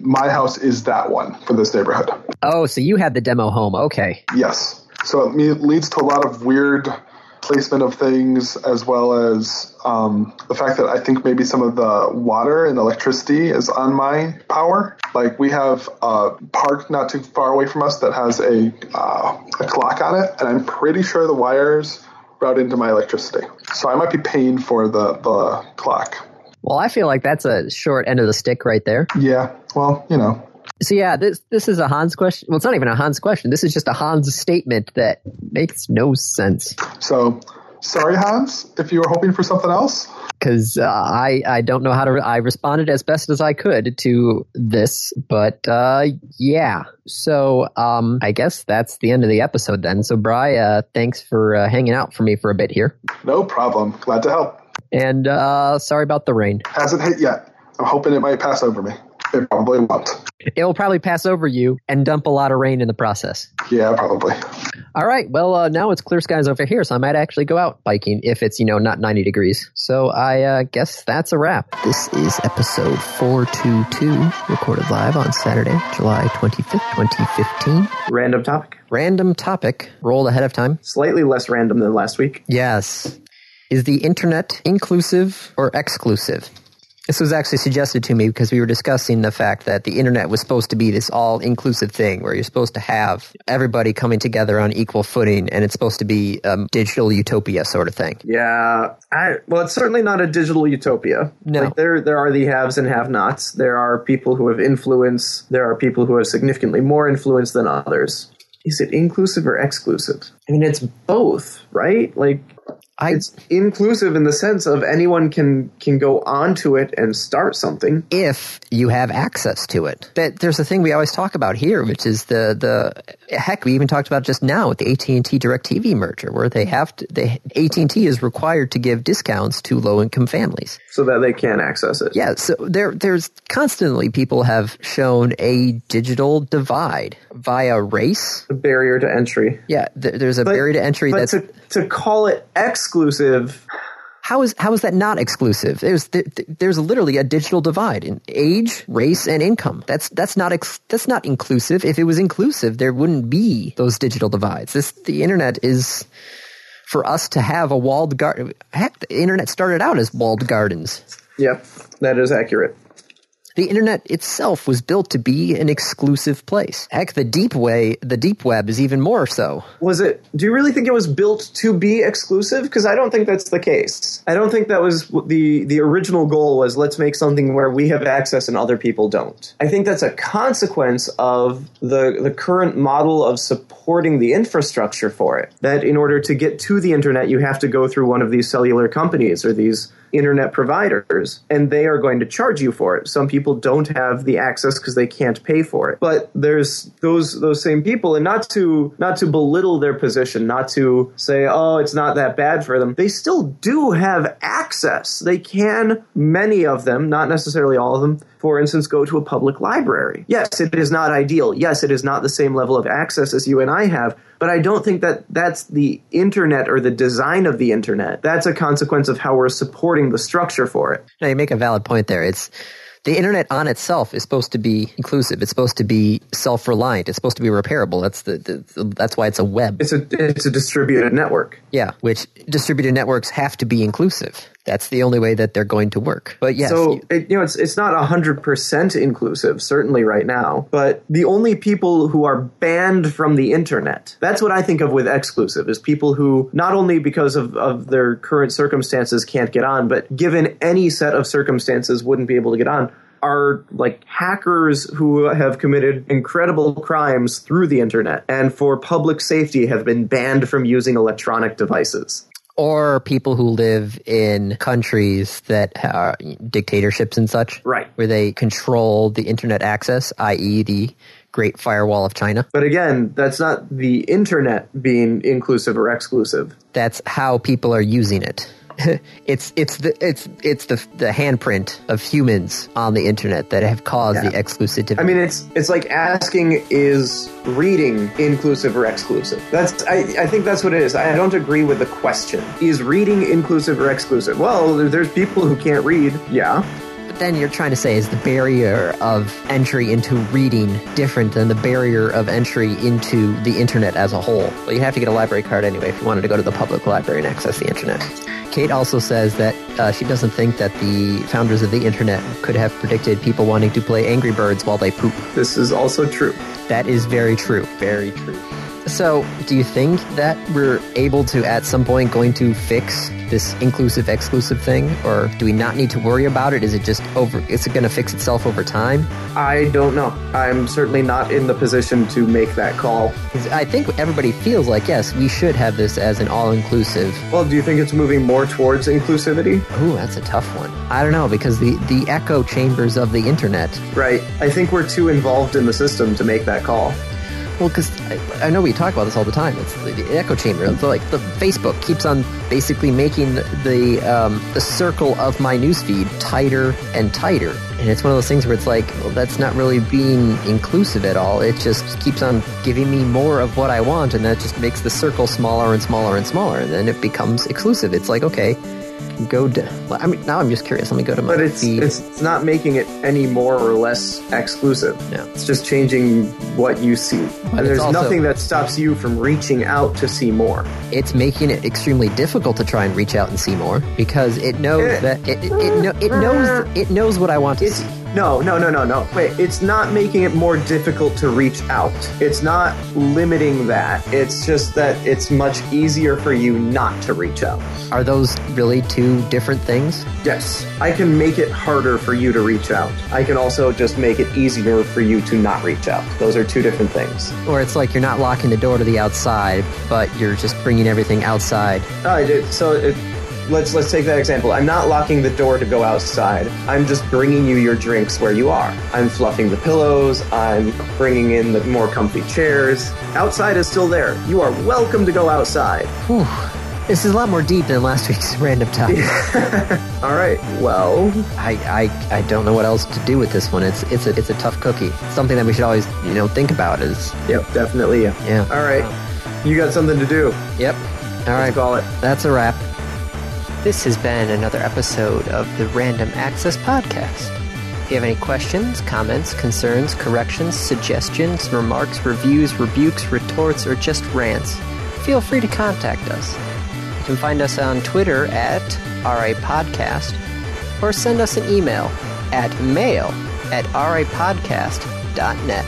Speaker 4: My house is that one for this neighborhood.
Speaker 1: Oh, so you had the demo home. Okay.
Speaker 4: Yes. So it me- leads to a lot of weird placement of things, as well as um, the fact that I think maybe some of the water and electricity is on my power. Like we have a park not too far away from us that has a, uh, a clock on it, and I'm pretty sure the wires route into my electricity. So I might be paying for the, the clock.
Speaker 1: Well, I feel like that's a short end of the stick right there.
Speaker 4: Yeah. Well, you know,
Speaker 1: So yeah, this this is a Hans question. Well, it's not even a Hans question. This is just a Hans statement that makes no sense.
Speaker 4: so. Sorry, Hans, if you were hoping for something else.
Speaker 1: because uh, I I don't know how to. Re- I responded as best as I could to this, but uh, yeah. So um, I guess that's the end of the episode then. So Bry, uh, thanks for uh, hanging out for me for a bit here,
Speaker 4: No problem. Glad to help.
Speaker 1: and uh, sorry about the rain.
Speaker 4: hasn't hit yet. I'm hoping it might pass over me. It probably won't.
Speaker 1: It will probably pass over you and dump a lot of rain in the process.
Speaker 4: Yeah, probably.
Speaker 1: All right. Well, uh, now it's clear skies over here, so I might actually go out biking if it's, you know, not 90 degrees. So I uh, guess that's a wrap. This is episode 422, recorded live on Saturday, July 25th, 2015.
Speaker 2: Random topic.
Speaker 1: Random topic, rolled ahead of time.
Speaker 2: Slightly less random than last week.
Speaker 1: Yes. Is the internet inclusive or exclusive? This was actually suggested to me because we were discussing the fact that the internet was supposed to be this all inclusive thing where you're supposed to have everybody coming together on equal footing and it's supposed to be a digital utopia sort of thing.
Speaker 2: Yeah, I well, it's certainly not a digital utopia.
Speaker 1: No.
Speaker 2: Like, there there are the haves and have-nots. There are people who have influence. There are people who have significantly more influence than others. Is it inclusive or exclusive? I mean, it's both, right? Like
Speaker 1: I,
Speaker 2: it's inclusive in the sense of anyone can can go onto it and start something.
Speaker 1: if you have access to it. That there's a thing we always talk about here, which is the the heck we even talked about just now with the AT and T Directv merger, where they have to, they AT and T is required to give discounts to low income families.
Speaker 2: so that they can access it.
Speaker 1: Yeah, so there there's constantly people have shown a digital divide via race.
Speaker 2: A barrier to entry.
Speaker 1: Yeah, th- there's a barrier to entry.
Speaker 2: But
Speaker 1: That's
Speaker 2: to, to call it exclusive,
Speaker 1: how is how is that not exclusive? There's th- th- there's literally a digital divide in age, race, and income. That's that's not ex- that's not inclusive. If it was inclusive, there wouldn't be those digital divides. This the internet is for us to have a walled garden. Heck, the internet started out as walled gardens.
Speaker 2: yep, that is accurate.
Speaker 1: The internet itself was built to be an exclusive place. Heck, the deep way, the deep web is even more so.
Speaker 2: was it do you really think it was built to be exclusive because i don't think that's the case i don't think that was w- the the original goal was let's make something where we have access and other people don't i think that's a consequence of the the current model of supporting the infrastructure for it that in order to get to the internet you have to go through one of these cellular companies or these internet providers and they are going to charge you for it. Some people don't have the access because they can't pay for it. But there's those those same people and not to not to belittle their position, not to say oh it's not that bad for them. They still do have access. They can many of them, not necessarily all of them, for instance go to a public library. Yes, it is not ideal. Yes, it is not the same level of access as you and I have, but I don't think that that's the internet or the design of the internet. That's a consequence of how we're supporting the structure for it.
Speaker 1: No, you make a valid point there. It's the internet on itself is supposed to be inclusive. It's supposed to be self-reliant. It's supposed to be repairable. That's the, the that's why it's a web.
Speaker 2: It's a it's a distributed network.
Speaker 1: Yeah, which distributed networks have to be inclusive. That's the only way that they're going to work. But yes,
Speaker 2: so it, you know it's it's not hundred percent inclusive, certainly right now. But the only people who are banned from the internet that's what I think of with exclusive is people who not only because of, of their current circumstances can't get on, but given any set of circumstances wouldn't be able to get on. Are like hackers who have committed incredible crimes through the internet and for public safety have been banned from using electronic devices.
Speaker 1: or people who live in countries that are dictatorships and such,
Speaker 2: Right.
Speaker 1: Where they control the internet access, i.e., the Great Firewall of China.
Speaker 2: But again, that's not the internet being inclusive or exclusive.
Speaker 1: That's how people are using it. it's it's the it's it's the the handprint of humans on the internet that have caused the exclusivity.
Speaker 2: I mean, it's it's like asking is reading inclusive or exclusive. That's I, I think that's what it is. I don't agree with the question. Is reading inclusive or exclusive? Well, there- there's people who can't read. Yeah,
Speaker 1: But then you're trying to say is the barrier of entry into reading different than the barrier of entry into the internet as a whole? Well, you'd have to get a library card anyway if you wanted to go to the public library and access the internet. Kate also says that uh, she doesn't think that the founders of the internet could have predicted people wanting to play Angry Birds while they poop.
Speaker 2: this is also true.
Speaker 1: That is very true. Very true. So, do you think that we're able to, at some point, going to fix this inclusive exclusive thing, or do we not need to worry about it? Is it just over? Is it going to fix itself over time?
Speaker 2: I don't know. I'm certainly not in the position to make that call.
Speaker 1: 'Cause I think everybody feels like yes, we should have this as an all-inclusive.
Speaker 2: Well, do you think it's moving more towards inclusivity?
Speaker 1: Ooh, that's a tough one. I don't know because the the echo chambers of the internet
Speaker 2: Right. I think we're too involved in the system to make that call.
Speaker 1: Well, because I, I know we talk about this all the time. It's the, the echo chamber. It's like the Facebook keeps on basically making the um, the circle of my newsfeed tighter and tighter. And it's one of those things where it's like, well, that's not really being inclusive at all. It just keeps on giving me more of what I want, and that just makes the circle smaller and smaller and smaller. And then it becomes exclusive. It's like, okay, go. D- well, I mean, now I'm just curious. Let me go to my
Speaker 2: But it's
Speaker 1: feed.
Speaker 2: it's not making it any more or less exclusive.
Speaker 1: No.
Speaker 2: It's just changing what you see. and there's
Speaker 1: also-
Speaker 2: nothing that stops you from reaching out to see more.
Speaker 1: it's making it extremely difficult to try and reach out and see more because it knows
Speaker 2: Eh.
Speaker 1: that it, it, it, kno- it knows it knows what I want to
Speaker 2: It's
Speaker 1: see.
Speaker 2: no, no, no, no, no. Wait, it's not making it more difficult to reach out. It's not limiting that. It's just that it's much easier for you not to reach out.
Speaker 1: Are those really two different things?
Speaker 2: Yes, I can make it harder for you to reach out. I can also just make it easier for you to not reach out. Those are two different things.
Speaker 1: Or it's like you're not locking the door to the outside, but you're just bringing everything outside.
Speaker 2: Oh, I did. So it, let's let's take that example. I'm not locking the door to go outside. I'm just bringing you your drinks where you are. I'm fluffing the pillows. I'm bringing in the more comfy chairs. Outside is still there. You are welcome to go outside.
Speaker 1: Whew. This is a lot more deep than last week's random topic.
Speaker 2: All right. Well,
Speaker 1: I, I, I don't know what else to do with this one. It's it's a it's a tough cookie. Something that we should always you know think about is
Speaker 2: yep, definitely. Yeah.
Speaker 1: yeah
Speaker 2: All right. You got something to do.
Speaker 1: yep. All right.
Speaker 2: Let's call it.
Speaker 1: That's a wrap. This has been another episode of the Random Access Podcast. If you have any questions, comments, concerns, corrections, suggestions, remarks, reviews, rebukes, retorts, or just rants, feel free to contact us. You can find us on Twitter at RAPodcast or send us an email at mail at rapodcast.net.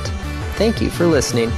Speaker 1: Thank you for listening.